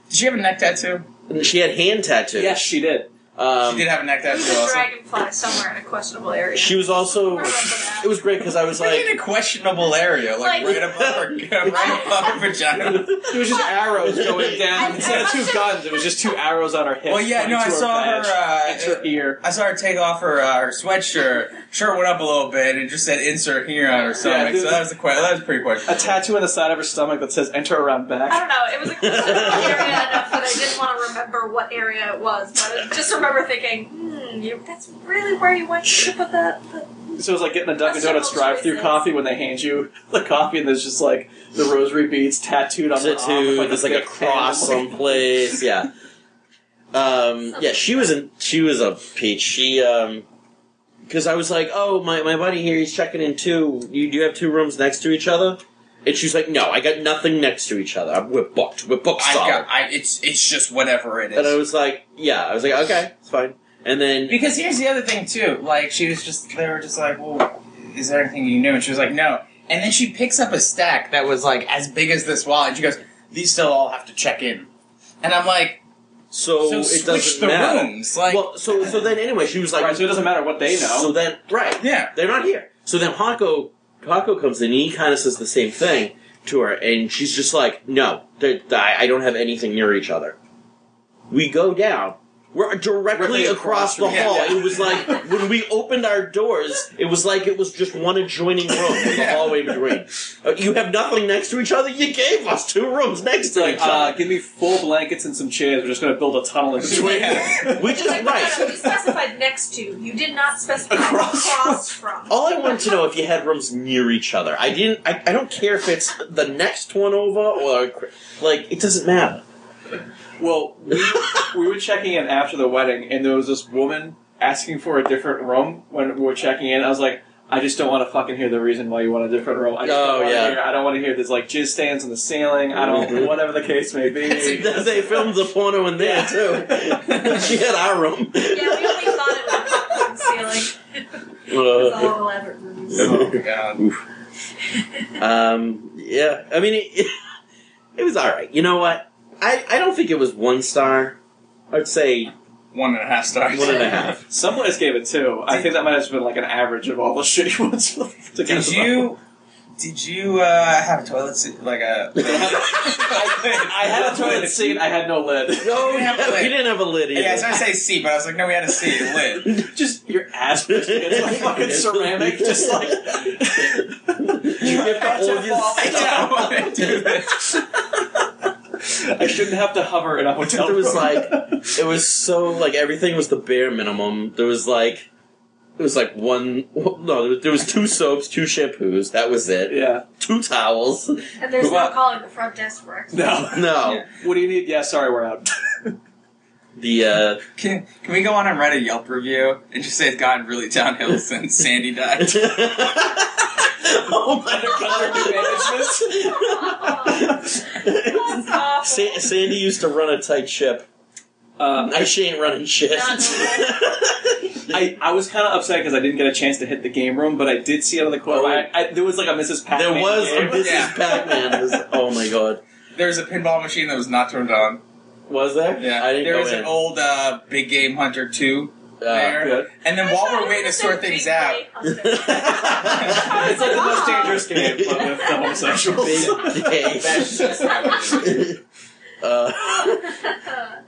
Did she have a neck tattoo? She had hand tattoos. Yes, she did. Um, she did have a neck There tattoo was a also. dragonfly somewhere in a questionable area. she was also. It was great because I was It's like like, in a questionable area, like, Like- right above her, right above her vagina. It was just arrows going down. I- Instead of two guns, it was just two arrows on her hip. Well, yeah, pointing no, I to saw her. badge and Uh, her ear. I saw her take off her uh, her sweatshirt. Shirt went up a little bit and just said "insert here" on her stomach. dude. so that was the que- that was pretty A questionable. tattoo on the side of her stomach that says "Enter around I back." don't know. It was a questionable area enough that I didn't want to remember what area it was, but I just remember thinking, hmm, you, that's really where you went to put that. that- So it was like getting a Dunkin' That's Donuts so drive-through racist. coffee when they hand you the coffee and there's just like the rosary beads tattooed on the arm. with, tattoo. There's like a big cross hand. someplace. Yeah. Um, yeah, she was in. She was a peach. She um, because I was like, oh, my my buddy here, he's checking in two. You do you have two rooms next to each other? And she's like, no, I got nothing next to each other. We're booked. We're booked I solid. uh, got, I, it's it's just whatever it is. and I was like, yeah. I was like, okay, it's fine. And then Because here's the other thing too. Like she was just, they were just like, "Well, is there anything you knew?" And she was like, "No." And then she picks up a stack that was like as big as this wall, and she goes, "These still all have to check in." And I'm like, so, "So it switch doesn't the matter. rooms." Like, well, so so then anyway, she was like, Right, so it doesn't matter what they know. So then, right? Yeah. they're not here. So then Hako Hako comes in and he kind of says the same thing to her, and she's just like, "No, they- I, I don't have anything near each other." We go down. We're directly Directly across across the from- hall. yeah. It was like when we opened our doors, it was like it was just one adjoining room, with the Yeah. hallway between. Uh, You have nothing next to each other. You gave us two rooms next It's to like, each uh, other. give me full blankets and some chairs. We're just going to build a tunnel in between. Yeah. Which is Like, no, no, no, right. you specified next to. You did not specify Across across, from. Oh. from. All I wanted to know if you had rooms near each other. I didn't. I, I don't care if it's the next one over or like it doesn't matter. Well, we, we were checking in after the wedding, and there was this woman asking for a different room when we were checking in. I was like, I just don't want to fucking hear the reason why you want a different room. I just Oh, don't want yeah. to hear. I don't want to hear this like jizz stains on the ceiling. I Mhm. don't. whatever the case may be. they filmed the porno in there too. she had our room. Yeah, we only thought it was from ceiling. It was Uh, all elaborate rooms. oh my god. um, yeah, I mean, it, it, it was all right. You know what? I, I don't think it was one star. I'd say One and a half stars. one and a half. Someone else gave it two. I think that might have been like an average of all the shitty ones. Did you Did you uh, have a toilet seat? Like a. I had a toilet seat. I had no lid. No, we have a He lid. didn't have a lid either. Yeah, I was gonna say seat, but I was like, no, we had a seat, a lid. Just your ass pushed against like fucking ceramic, just like you have to hold your I don't wanna do this. I shouldn't have to hover in a hotel. It was room. like it was so like everything was the bare minimum. There was like it was like one no there- there was two soaps, two shampoos. That was it. yeah. Two towels. And there's Well- no calling the front desk for it. No. No, Yeah. What do you need? Yeah, sorry, we're out. the uh, Can, can we go on and write a Yelp review and just say it's gotten really downhill since Sandy died? oh my god! That's awful. Sa- Sandy used to run a tight ship. Uh, Now she ain't running shit. Not I, I was kind of upset because I didn't get a chance to hit the game room, but I did see out of the corner. Oh, of my I, there was like a Mrs. Pac. there was a game. Mrs. Yeah. Pac-Man. was- oh my god, There was a pinball machine that was not turned on. was there? Yeah, I didn't there go was in. an old uh, Big Game Hunter Uh, 2 there. good. And then while we're waiting to sort things out, it's like the most dangerous game but with the homosexuals. Big day. uh,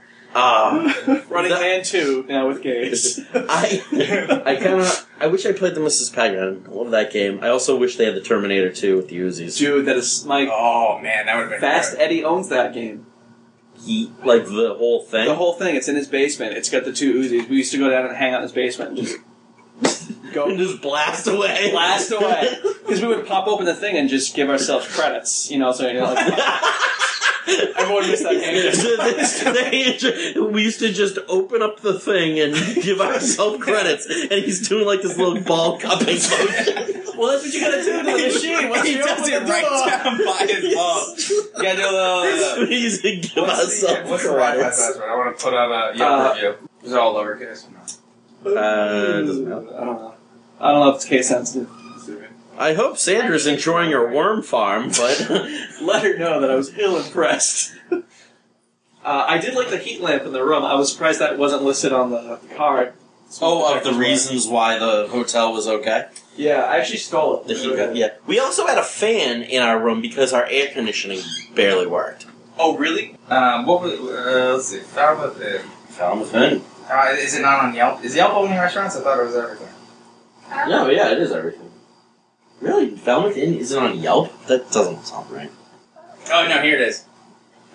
ah. Running That- Man 2 now with gays. I I kind of I wish I played the Mrs. Pac-Man. I love that game. I also wish they had the Terminator 2 with the Uzis. Dude, that is like oh man, that would have been Fast good. Eddie owns that game. He like the whole thing. The whole thing. It's in his basement. It's got the two Uzis. We used to go down and hang out in his basement and just and go just blast away. blast away because we would pop open the thing and just give ourselves credits. You know, so you know, like, Everyone missed that game. we used to just open up the thing and give ourselves credits, and he's doing like this little ball cupping motion. well, that's what you gotta do to the machine. Once He you does open it the right door. down by his ball. Yeah, do a little- we used to give What's the, ourselves uh, what's the Wi-Fi credits. password? I want to put on a Yelp Uh, review. It's all lowercase. Uh, it I doesn't don't matter. know. I don't know if it's case sensitive. I hope Sandra's enjoying her worm farm, but Let her know that I was ill impressed. Uh, I did like the heat lamp in the room. I was surprised that wasn't listed on the card. Oh, of the reasons why the hotel was okay. Yeah, I actually stole it. The heat gun, yeah. We also had a fan in our room because our air conditioning barely worked. Oh, really? Um, what was? Uh, let's see. Falmouth Inn. Found the fan. Uh, is it not on Yelp? Is Yelp only restaurants? I thought it was everything. No, Oh, yeah, it is everything. Really, Falmouth Inn isn't on Yelp. That doesn't sound right. Oh no, here it is.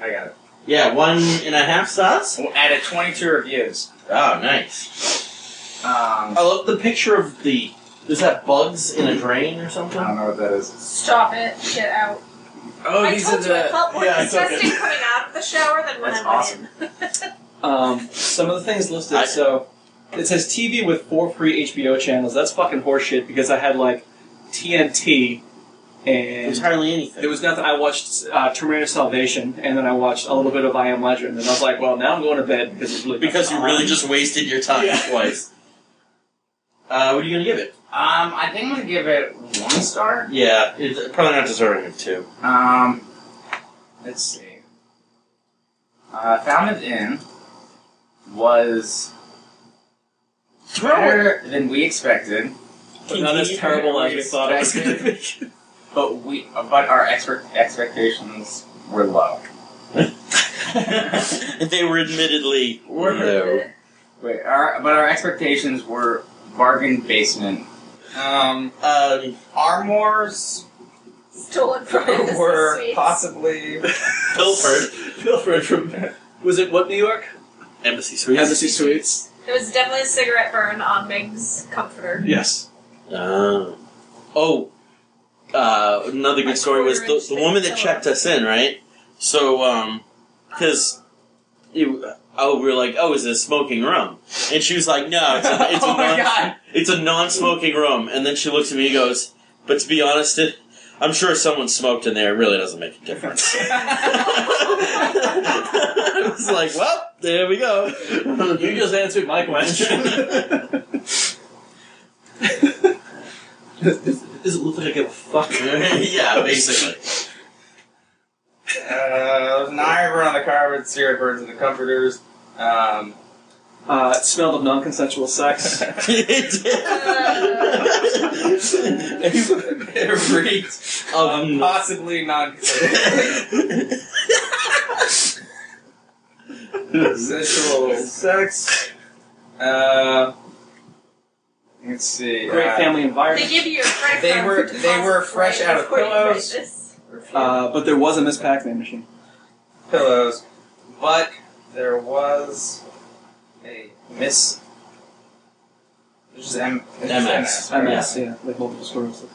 I got it. Yeah, one and a half stars. Well, added 22 reviews. Oh, nice. Um, I love the picture of the. Is that bugs in a drain or I something? don't know what that is. Stop it. Get out. Oh, I told you I felt more yeah, I took it. disgusting coming out of the shower than when That's I went awesome. in. Um, some of the things listed. I- so it says TV with four free HBO channels. That's fucking horseshit because I had like TNT There's and hardly anything. there was nothing. I watched uh, Terminator Salvation and then I watched a little bit of I Am Legend and I was like, well, now I'm going to bed because it's really because you really just wasted your time Yeah. twice. Uh, what are you gonna give it? Um, I think I'm gonna give it one star. Yeah, it's probably not deserving of two. Um, let's see. Uh, Falmouth Inn was better than we expected, But not as terrible as we thought it was going to be. but we but our expert expectations were low. they were admittedly Were- no. Wait, our but our expectations were bargain basement. Um, Um, Armors Stolen from the were sweets. possibly Pilford Pilfered from. Was it what New York? Embassy Suites. Suites. There was definitely a cigarette burn on Meg's comforter. Yes. Oh. Oh, uh, another good story was the, the woman that checked us in, right? So, um, because oh, we were like, oh, is this smoking room? And she was like, no, it's a, it's a oh my non- god! It's a non-smoking room, and then she looks at me and goes, "But to be honest, it, I'm sure someone smoked in there. It really doesn't make a difference." I was like, "Well, there we go." You just answered my question. Does it look like I give a fuck? yeah, basically. Uh, there was an iron burn on the carpet, seared birds in the comforters. Um, Uh, it smelled of non-consensual sex. Every Um, possibly non sexual sex. Uh, let's see. Great uh, family They environment. give you a credit They card were- for they were deposits fresh right out of before you pillows. make this review. Uh, but there was a Miss Pac-Man machine. pillows, but there was a miss. There's just M- there's just MS. MS. MS, yeah, like multiple sclerosis.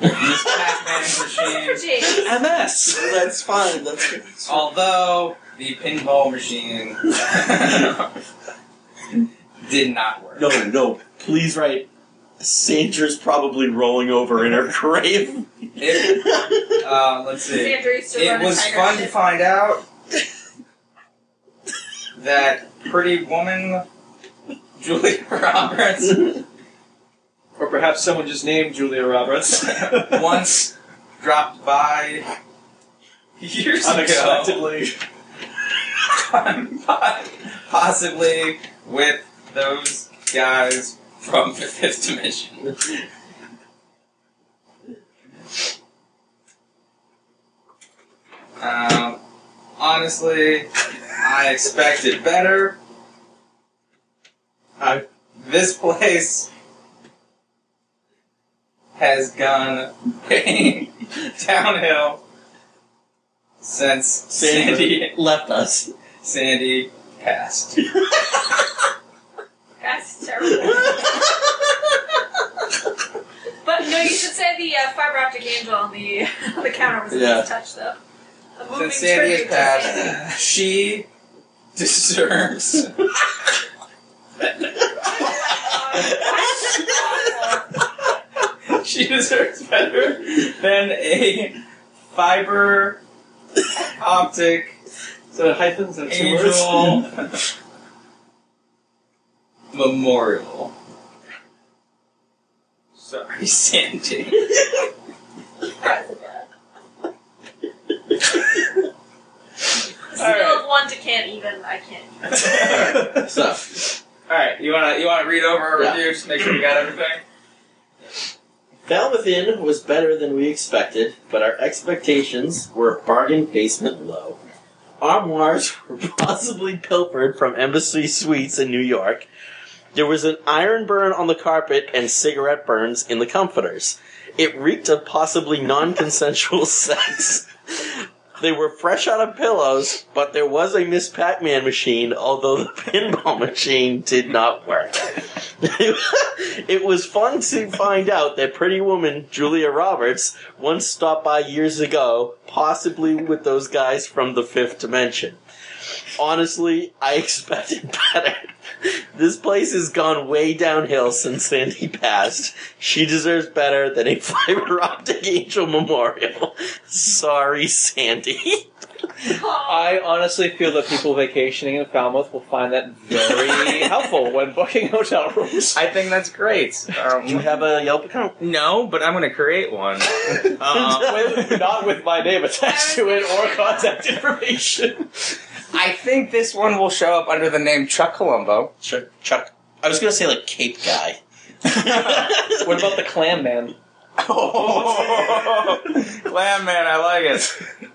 Miss Pac-Man Good for machine. James. MS. That's fine. That's Although the pinball machine did not work. no, no. Please write. Sandra's probably rolling over in her grave. It, uh, let's see. Sandra used to It run a was tiger fun to ship. find out that pretty woman, Julia Roberts, or perhaps someone just named Julia Roberts. once dropped by years ago. Unexpectedly. possibly with those guys from the fifth dimension. um, honestly, I expected better. I, this place has gone downhill since Sandra Sandy left us. Sandy passed. That's terrible. But no, you should say the uh, fiber optic angel on the on the counter was a Yeah. nice touch, though. A moving Since Sandy has tribute to Sandy. passed, she deserves she deserves better than a fiber optic So it hyphens and two words. angel memorial. Sorry, Sandy. The smell of one decant even. I can't. So, All right, you wanna you wanna read over our Yeah. review just make sure we got everything. Val Within was better than we expected, but our expectations were bargain basement low. Armoires were possibly pilfered from embassy suites in New York. There was an iron burn on the carpet and cigarette burns in the comforters. It reeked of possibly non consensual sex. They were fresh out of pillows, but there was a Miss Pac Man machine, although the pinball machine did not work. it was fun to find out that pretty woman Julia Roberts once stopped by years ago, possibly with those guys from the fifth dimension. Honestly, I expected better. This place has gone way downhill since Sandy passed. She deserves better than a fiber optic angel memorial. Sorry, Sandy. Oh, I honestly feel that people vacationing in Falmouth will find that very helpful when booking hotel rooms. I think that's great. Um, Do you have a Yelp account? No, but I'm gonna create one. Uh, With- not with my name attached to it or contact information. I think this one will show up under the name Chuck Colombo. Chuck. Chuck. I was gonna say like Cape Guy. What about the clam man? Oh, Glam Man, I like it. no,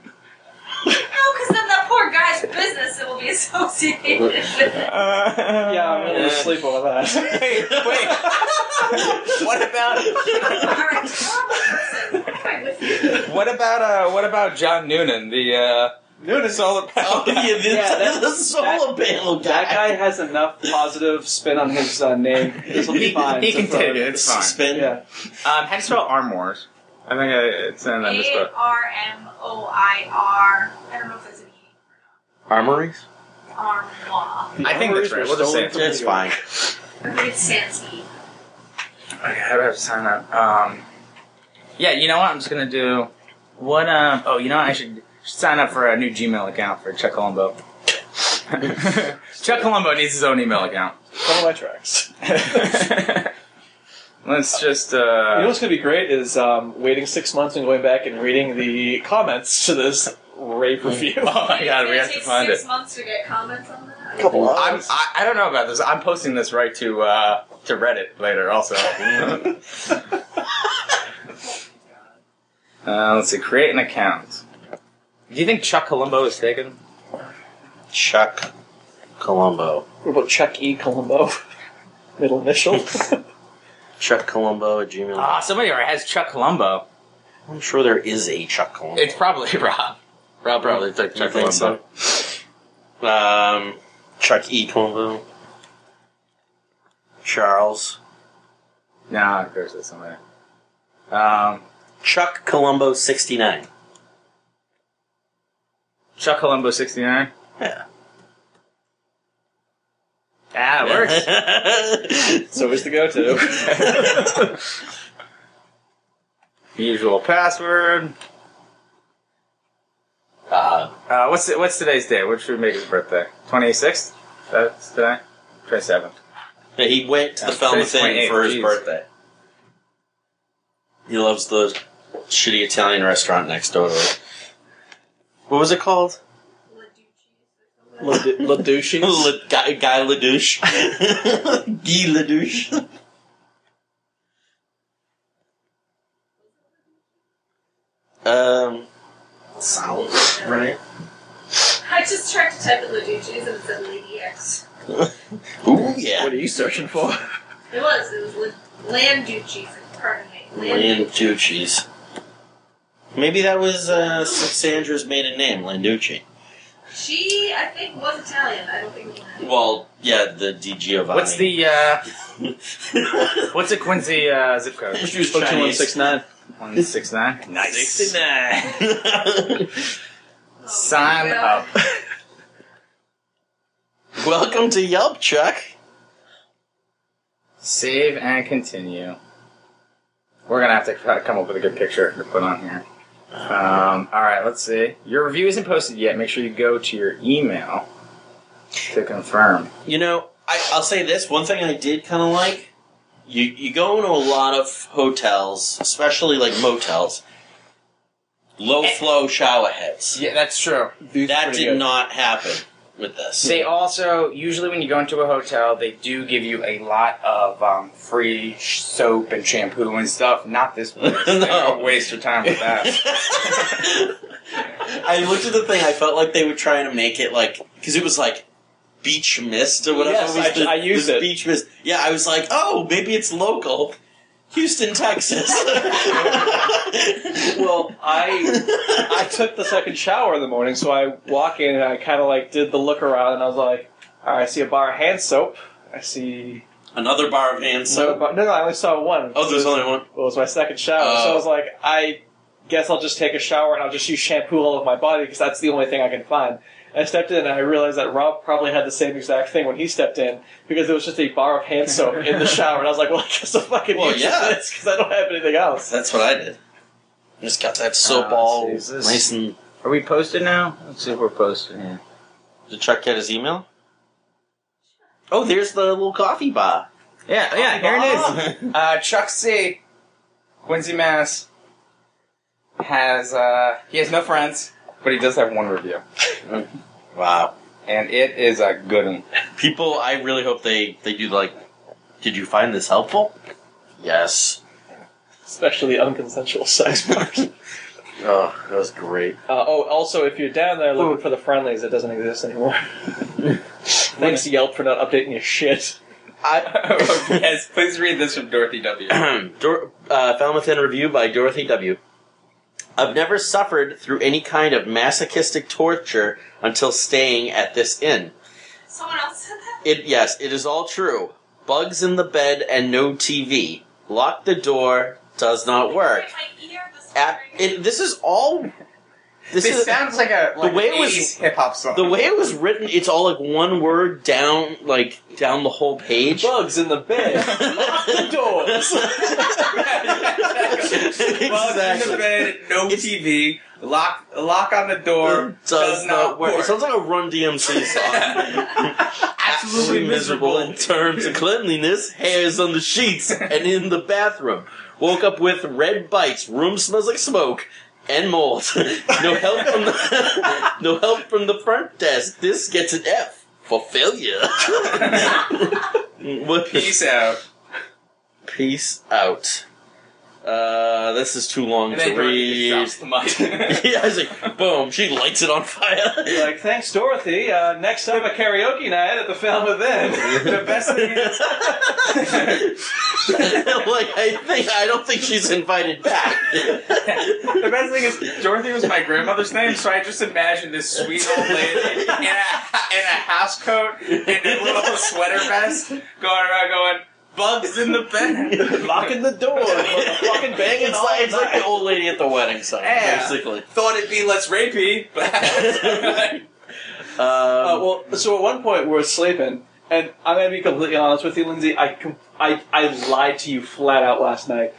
because then that poor guy's business it will be associated with. Uh, Yeah, I'm gonna Yeah. sleep over that. wait, Uh, wait. what about All right, terrible person. I'm fine with you. what about uh what about John Noonan the uh Noonan solar Oh yeah, power? this Yeah, that's- is a solar panel guy. That guy has enough positive spin on his uh, name. This will be fine. He So can for- take it. It's fine. Spin. Yeah. Um, how do you spell Armors? I think I, it's an A R M O I R. I don't know if there's an E. Armories? Armoire. I think that's right. We'll just say it. It's fine. I think it's sans E. Okay, I would have to sign up. Um, yeah, you know what? I'm just gonna do what? Um, oh, you know what? I should sign up for a new Gmail account for Chuck Colombo. Chuck Colombo needs his own email account. Follow my tracks. Let's just. You know Uh, what's gonna be great is um, waiting six months and going back and reading the comments to this rave review. Oh my god, we have to take find six it. months to get comments on that. Couple of- I'm, I, I don't know about this. I'm posting this right to uh, to Reddit later, also. uh, let's see. Create an account. Do you think Chuck Colombo is taken? Chuck Colombo. What about Chuck E. Colombo? Middle initial. Chuck Colombo at Gmail. Ah, somebody already has Chuck Colombo. I'm sure there is a Chuck Colombo. It's probably Rob. Rob probably took You Chuck think Colombo. so? Um, Chuck E. Colombo. Charles. Nah, of course that's somebody. Um, Chuck Colombo 69. Chuck Colombo sixty nine. Yeah. Ah, it works. works. so is the go-to. Usual password. uh, Uh, what's what's today's day? What should we make his birthday? Twenty sixth. That's today. Twenty seventh. he went to the Uh, film today's thing 28, for his geez. birthday. He loves the shitty Italian restaurant next door to it. What was it called? La, du- La Douche. Le, guy, guy Ledouche. Guy Ledouche. Um, Solid, right? I just tried to type in Luducci's and it said Lady X. ooh, yeah. What are you searching for? It was. It was Lid- Landucci's. Pardon me. Landucci's. Maybe that was uh, Sandra's maiden name, Landucci. She, I think, was Italian. I don't think it was Landucci. Well, yeah, the Di Giovanni. What's the uh, What's what's the Quincy uh, zip code? Let's use 02169. One six nine. Oh, Sign well, up. Welcome to Yelp, Chuck. Save and continue. We're gonna have to c- come up with a good picture to put on here. Um, all right, let's see. Your review isn't posted yet. Make sure you go to your email to confirm. You know, I, I'll say this one thing I did kind of like. You you go into a lot of hotels, especially like motels. Low flow shower heads. Yeah, that's true. That did not happen with this. They also usually when you go into a hotel, they do give you a lot of um, free sh- soap and shampoo and stuff. Not this place. They don't waste your time with that. I looked at the thing. I felt like they were trying to make it like because it was like beach mist or whatever. Yes, it was I- I used the it. Beach mist. Yeah, I was like, oh, maybe it's local, Houston, Texas. Well, I I took the second shower in the morning, so I walk in and I kind of like did the look around, and I was like, all right, I see a bar of hand soap. I see another bar of hand no, soap. bar- no, no, I only saw one. Oh, there's only one. Well, it was my second shower, so I Oh. was like, I guess I'll just take a shower and I'll just use shampoo all over my body because that's the only thing I can find. I stepped in and I realized that Rob probably had the same exact thing when he stepped in because there was just a bar of hand soap in the shower, and I was like, well, I guess I'll fucking Well, use yeah. this because I don't have anything else. That's what I did. Just got that soap Ah, all Jesus. nice and. Are we posted now? Let's see if we're posted. here. Did Chuck get his email? Oh, there's the little coffee bar. Yeah, yeah. Here it is. Oh Uh, Chuck C. Quincy Mass has uh, he has no friends, but he does have one review, wow. and it is a good one. People, I really hope they they do like. Did you find this helpful? Yes. Especially unconsensual sex parts. uh, Oh, that was great. oh, also, if you're down there looking for the friendlies, it doesn't exist anymore. Thanks, Yelp, for not updating your shit. yes, please read this from Dorothy W. Dor- uh, Falmouth in Review by Dorothy W. I've never suffered through any kind of masochistic torture until staying at this inn. Someone else said that? It yes, it is all true. Bugs in the bed and no TV. Lock the door does not work. In my ear this At, morning. it, this is all. This This, is sounds like a like the way it was- hip hop song. the way it was written. It's all like one word down, like down the whole page. Bugs in the bed. Lock the doors. Bugs in the bed, no It's- TV, lock lock on the door Does, not work. It work. sounds like a Run DMC song. Absolutely miserable. in terms of cleanliness, hairs on the sheets, and in the bathroom. Woke up with red bites. Room smells like smoke. and mold. No help from the no help from the front desk. This gets an F for failure. what Peace out. peace out? Uh, this is too long And to then Dorothy read. just drops the mic. yeah, I was like, boom, she lights it on fire. Like, thanks, Dorothy. Uh, next time, a karaoke night at the film within. the best thing is, like I think I don't think she's invited back. the best thing is Dorothy was my grandmother's name, so I just imagined this sweet old lady in a, in a house coat and a little sweater vest going around going, bugs in the bed. Locking the door. Fucking banging it's like, it's like the old lady at the wedding sign, Yeah. basically. Thought it'd be less rapey, but Um, Uh, well, so at one point we're sleeping, and I'm gonna be completely honest with you, Lindsay. I com- I, I lied to you flat out last night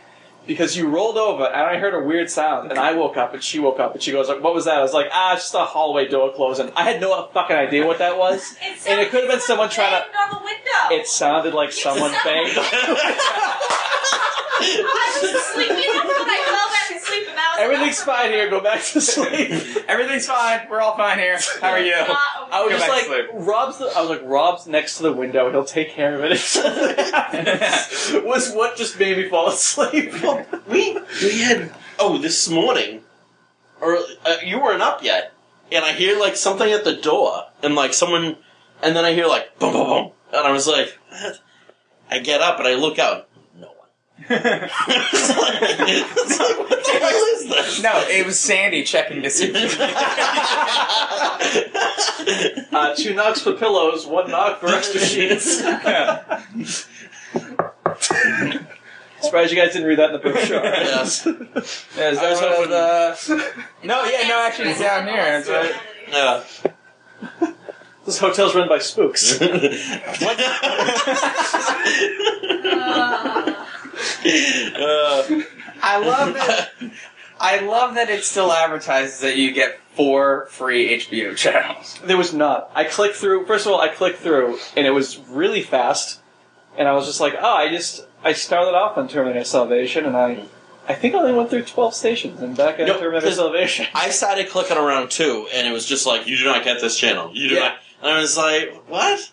because you rolled over and I heard a weird sound, and I woke up and she woke up and she goes like, "What was that?" I was like, "Ah, it's just a hallway door closing." I had no fucking idea what that was. It And it could have been sounded someone like trying to- banged on the window. It sounded like someone banged. Oh, I was sleeping that's when I fell back asleep, and that was Everything's enough for fine me. here. Go back to sleep. everything's fine. We're all fine here. How are you? Not okay. I was Go just back like, to sleep. Rob's. The, I was like, Rob's next to the window. He'll take care of it if something happens. was what just made me fall asleep. we we had oh this morning, or uh, you weren't up yet, and I hear like something at the door, and like someone, and then I hear like boom boom boom, and I was like, I get up and I look out, no one. it's like, it's like, what the hell is this? No, it was Sandy checking to see. Uh, two knocks for pillows, one knock for extra sheets. Surprised you guys didn't read that in the book. Sure. Yes. Is I was that hoping- one of the- No, "Oh, yeah, no, actually, it's down here. It's right. Yeah. This hotel's run by spooks. Uh, Uh, I love that. I love that it still advertises that you get four free HBO channels. There was not. I clicked through. First of all, I clicked through, and it was really fast. And I was just like, oh, I just I started off on Terminator Salvation, and I I think I only went through twelve stations, and back at Nope, Terminator there's- Salvation. I started clicking around too, and it was just like, you do not get this channel. You do Yeah. not. And I was like, what?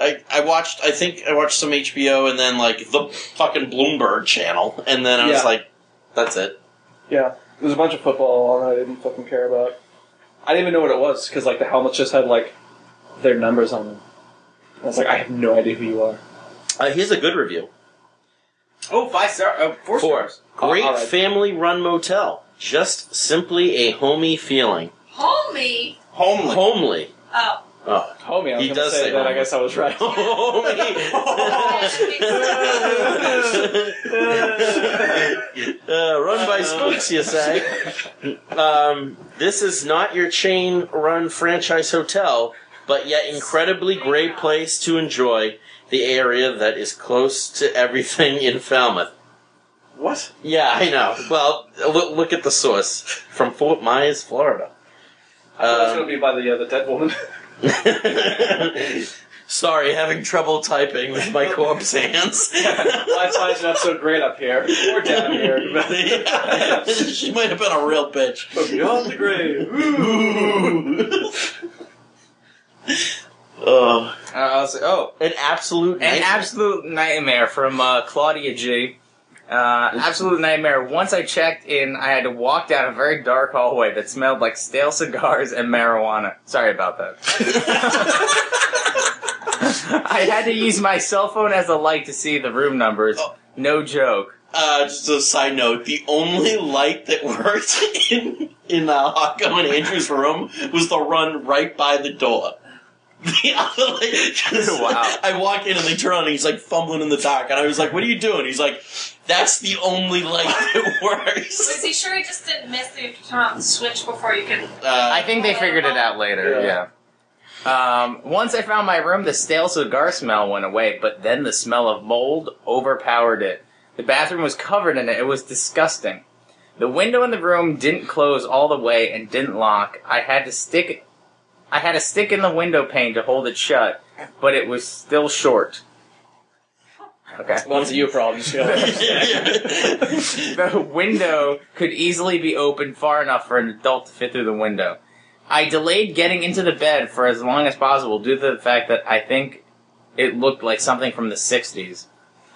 I, I watched, I think I watched some HBO and then like the fucking Bloomberg channel, and then I was Yeah. like, that's it. Yeah, there was a bunch of football on that I didn't fucking care about. I didn't even know what it was because like the helmets just had like their numbers on them. I was like, I have no idea who you are. Uh, here's a good review. Oh, five star. Oh, four Four. stars. Great All right. family run motel. Just simply a homey feeling. Uh, homie. Homely. Homely. Oh. Oh. Homie, I was He gonna does say, say that. I homie. guess I was right. uh, run by spooks, you say? Um, this is not your chain-run franchise hotel, but yet incredibly great place to enjoy the area that is close to everything in Falmouth. what? Yeah, I know. Well, look, look at the source from Fort Myers, Florida. I thought it was Um, gonna be by the uh, the dead woman. Sorry, having trouble typing with my corpse hands. Wi-Fi's not so great up here or down here. but- Yeah. she might have been a real bitch. But beyond the grave. Ugh. Uh, I'll say, oh, an absolute an nightmare. absolute nightmare from uh, Claudia G. Uh, absolute nightmare. Once I checked in, I had to walk down a very dark hallway that smelled like stale cigars and marijuana. Sorry about that. I had to use my cell phone as a light to see the room numbers. No joke. uh, just a side note: the only light that worked in in uh, Hako and Andrew's room was the run right by the door. The other light, just- Wow. I walk in and they turn on, and he's like fumbling in the dark, and I was like, "What are you doing?" He's like, "That's the only light that Was works." he sure he just didn't miss that you have to turn on the switch before you can? I Uh, think they figured it out later. Yeah. Yeah. Um, once I found my room, the stale cigar smell went away, but then the smell of mold overpowered it. The bathroom was covered in it. It was disgusting. The window in the room didn't close all the way and didn't lock. I had to stick. I had a stick in the window pane to hold it shut, but it was still short. Okay. Well, it's a you problem, The window could easily be opened far enough for an adult to fit through the window. I delayed getting into the bed for as long as possible due to the fact that I think it looked like something from the 60s.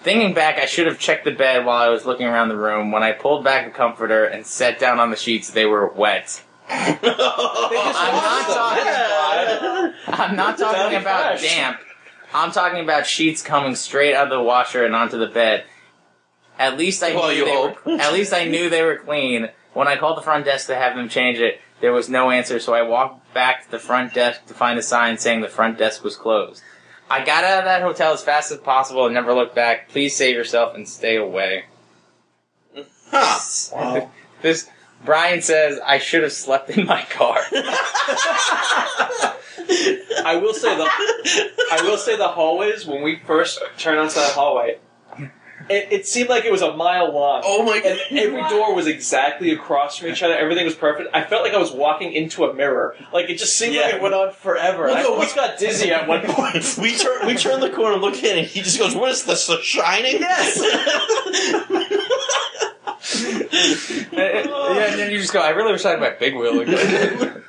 Thinking back, I should have checked the bed while I was looking around the room. When I pulled back the comforter and sat down on the sheets, they were wet. I'm not talking I'm not talking about damp. I'm talking about sheets coming straight out of the washer and onto the bed. At least I Well, knew you they hope. Were, at least I knew they were clean. When I called the front desk to have them change it, there was no answer, so I walked back to the front desk to find a sign saying the front desk was closed. I got out of that hotel as fast as possible and never looked back. Please save yourself and stay away. Wow. This Brian says I should have slept in my car. I will say the I will say the hallways when we first turned onto that hallway, it, it seemed like it was a mile long. Oh my And every door was exactly across from each other. Everything was perfect. I felt like I was walking into a mirror. Like it just seemed like Yeah. it went on forever. Well, I no, we- almost got dizzy at one point. we turn we turn the corner, look in, and he just goes, "What is this? The Shining?" Yes. yeah, and then you just go, I really wish I had my big wheel Oh again.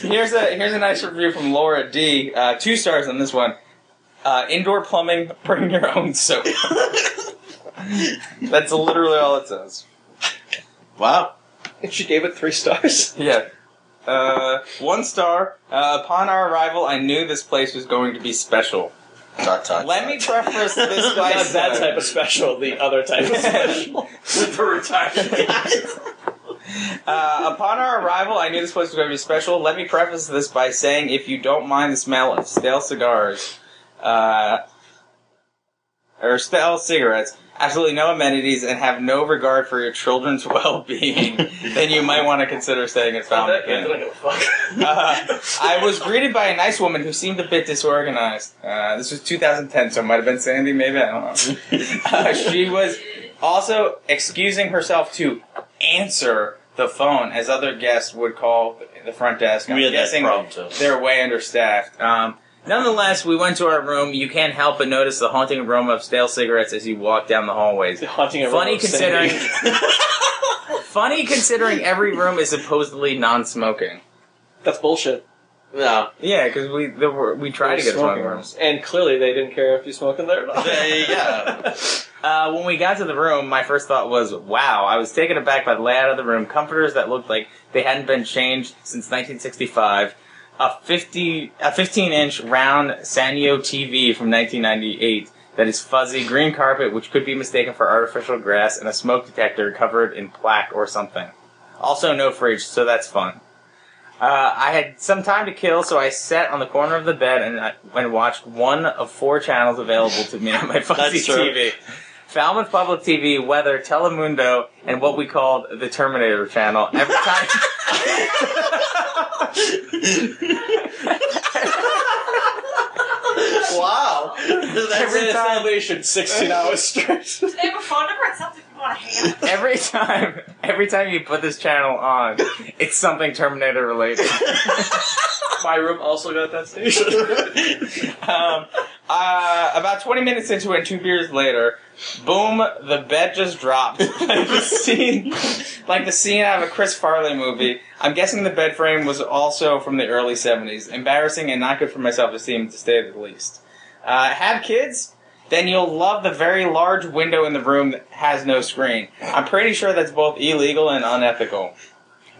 here's a here's a nice review from Laura D. Uh, two stars on this one. Uh, indoor plumbing, bring your own soap. That's literally all it says. Wow. And she gave it three stars. Yeah. Uh, one star. Uh, upon our arrival, I knew this place was going to be special. Dot, dot, Let dot. me preface this by Not that saying- type of special, the other type of special. the retirement. Uh, upon our arrival, I knew this place was going to be special. Let me preface this by saying, if you don't mind the smell of stale cigars, uh, or stale cigarettes, absolutely no amenities, and have no regard for your children's well-being, then you might want to consider staying at Fountain Inn. Uh, I was greeted by a nice woman who seemed a bit disorganized. Uh, this was 2010, so it might have been Sandy, maybe, I don't know. Uh, she was also excusing herself to answer the phone as other guests would call the front desk. I'm we had that guessing problem too. they're way understaffed. Um, nonetheless, we went to our room. You can't help but notice the haunting aroma of stale cigarettes as you walk down the hallways. Haunting everyone Funny was saying. considering. funny considering every room is supposedly non-smoking. That's bullshit. no, Yeah, because we there were, we tried to Those get smoking smoking rooms. And clearly they didn't care if you smoked in there or not. They- yeah. Uh, when we got to the room, my first thought was, "Wow!" I was taken aback by the layout of the room. Comforters that looked like they hadn't been changed since 1965. A 50 a 15 inch round Sanyo TV from 1998 that is fuzzy, green carpet which could be mistaken for artificial grass, and a smoke detector covered in plaque or something. Also, no fridge, so that's fun. Uh, I had some time to kill, so I sat on the corner of the bed and, I, and watched one of four channels available to me on my fuzzy That's true. TV. Falmouth Public TV, Weather, Telemundo, and what we called the Terminator channel. Every time. wow. Every That's time- Salvation, 16 hours straight. Do they have a phone number and something you want to hang out? Every time, every time you put this channel on, it's something Terminator related. My room also got that station. Um, uh, about 20 minutes into it, two beers later, boom, the bed just dropped. like the scene, like the scene out of a Chris Farley movie. I'm guessing the bed frame was also from the early 70s. Embarrassing and not good for my self-esteem to say the least. Uh, have kids? Then you'll love the very large window in the room that has no screen. I'm pretty sure that's both illegal and unethical.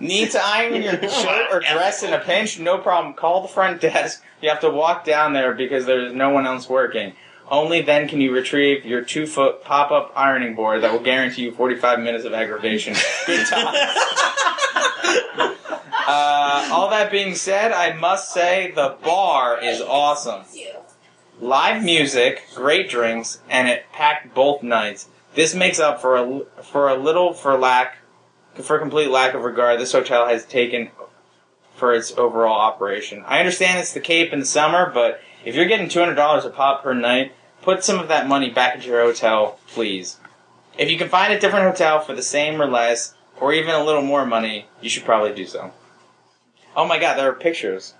Need to iron your shirt or dress in a pinch? No problem. Call the front desk. You have to walk down there because there's no one else working. Only then can you retrieve your two foot pop up ironing board that will guarantee you 45 minutes of aggravation. Good time. Uh, all that being said, I must say the bar is awesome. with you? Live music, great drinks, and it packed both nights. This makes up for a, for a little for lack for complete lack of regard this hotel has taken for its overall operation. I understand it's the Cape in the summer, but if you're getting $200 a pop per night, put some of that money back into your hotel, please. If you can find a different hotel for the same or less, or even a little more money, you should probably do so. Oh my god, there are pictures.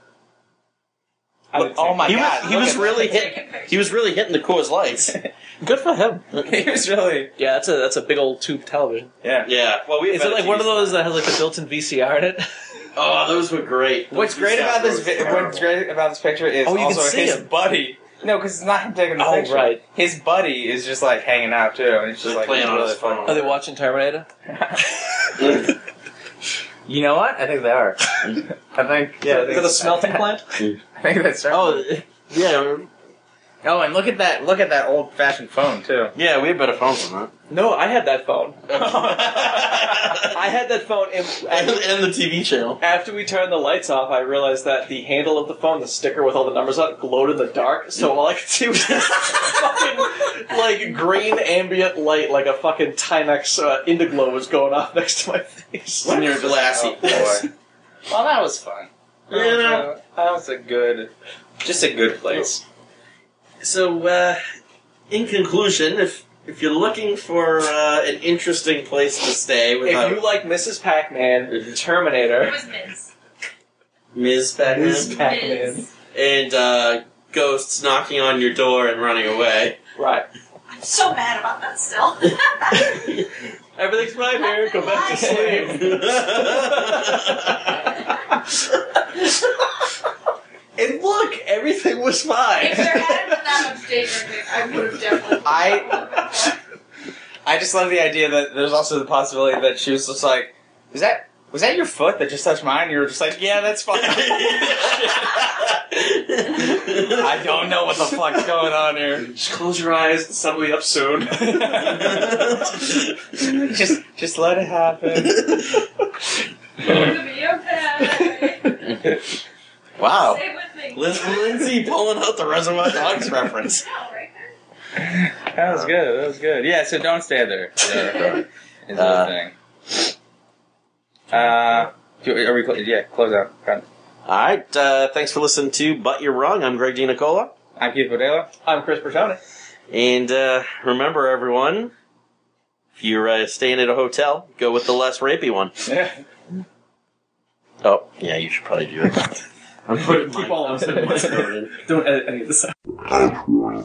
I would Oh take- my He was- god! he look was at really that. hit. He was really hitting the Coors Lights. Good for him. he was really. Yeah, that's a that's a big old tube television. Yeah. Yeah. Well, we. Is it like one of those that has like a built-in VCR in it? Oh, those were great. Those What's great VCR about this? were Vi- terrible. what's great about this picture is Oh, you can also see his him. buddy. No, because it's not him taking the Oh, picture. right. His buddy is just like hanging out too, and it's just They're like playing it's on really his phone. Are they watching Terminator? fun. you know what? I think they are. I think yeah. I Is think it a it's- smelting plant? I think that's right. Oh, yeah. Oh, and look at that! Look at that old-fashioned phone too. Yeah, we had better phone than No, I had that phone. that. I had that phone, and and, and the TV channel. after we turned the lights off, I realized that the handle of the phone, the sticker with all the numbers on it, glowed in the dark. So all I could see was this fucking like green ambient light, like a fucking Timex uh, Indiglow was going off next to my face. when you're glassy. Oh, boy. well, that was fun. That was, uh, that was a good, just a good place. So, uh, in conclusion, if if you're looking for uh, an interesting place to stay If without you like Mrs. Pac-Man, Terminator, was Miz. Ms. Pac-Man Ms. Pac-Man, Miz. and uh, ghosts knocking on your door and running away, right? I'm so mad about that still. everything's fine here. Go back to sleep. and look, everything was if fine. there hadn't been that much date rape, I would have definitely. I- I just love the idea that there's also the possibility that she was just like, "Was that was that your foot that just touched mine?" And you were just like, "Yeah, that's fine." I don't know what the fuck's going on here. Just close your eyes. The sun will be up soon. just just let it happen. It's gonna be okay. Wow. Stay with me. Oh. Liz- Lindsay pulling out the Reservoir Dogs reference. No, right there. That was good. That was good. Yeah. So don't stay there. Yeah. Is Uh, the thing. Uh, do- are we? clo- Yeah. Close out. Got it. All right. Uh, thanks for listening to But You're Wrong. I'm Greg DiNicola. I'm Keith Bodella. I'm Chris Bertone. And uh, remember, everyone, if you're uh, staying at a hotel, go with the less rapey one. Oh, yeah, you should probably do it. I'm putting Keep all of us in my mind. throat in. Don't edit any of this. out.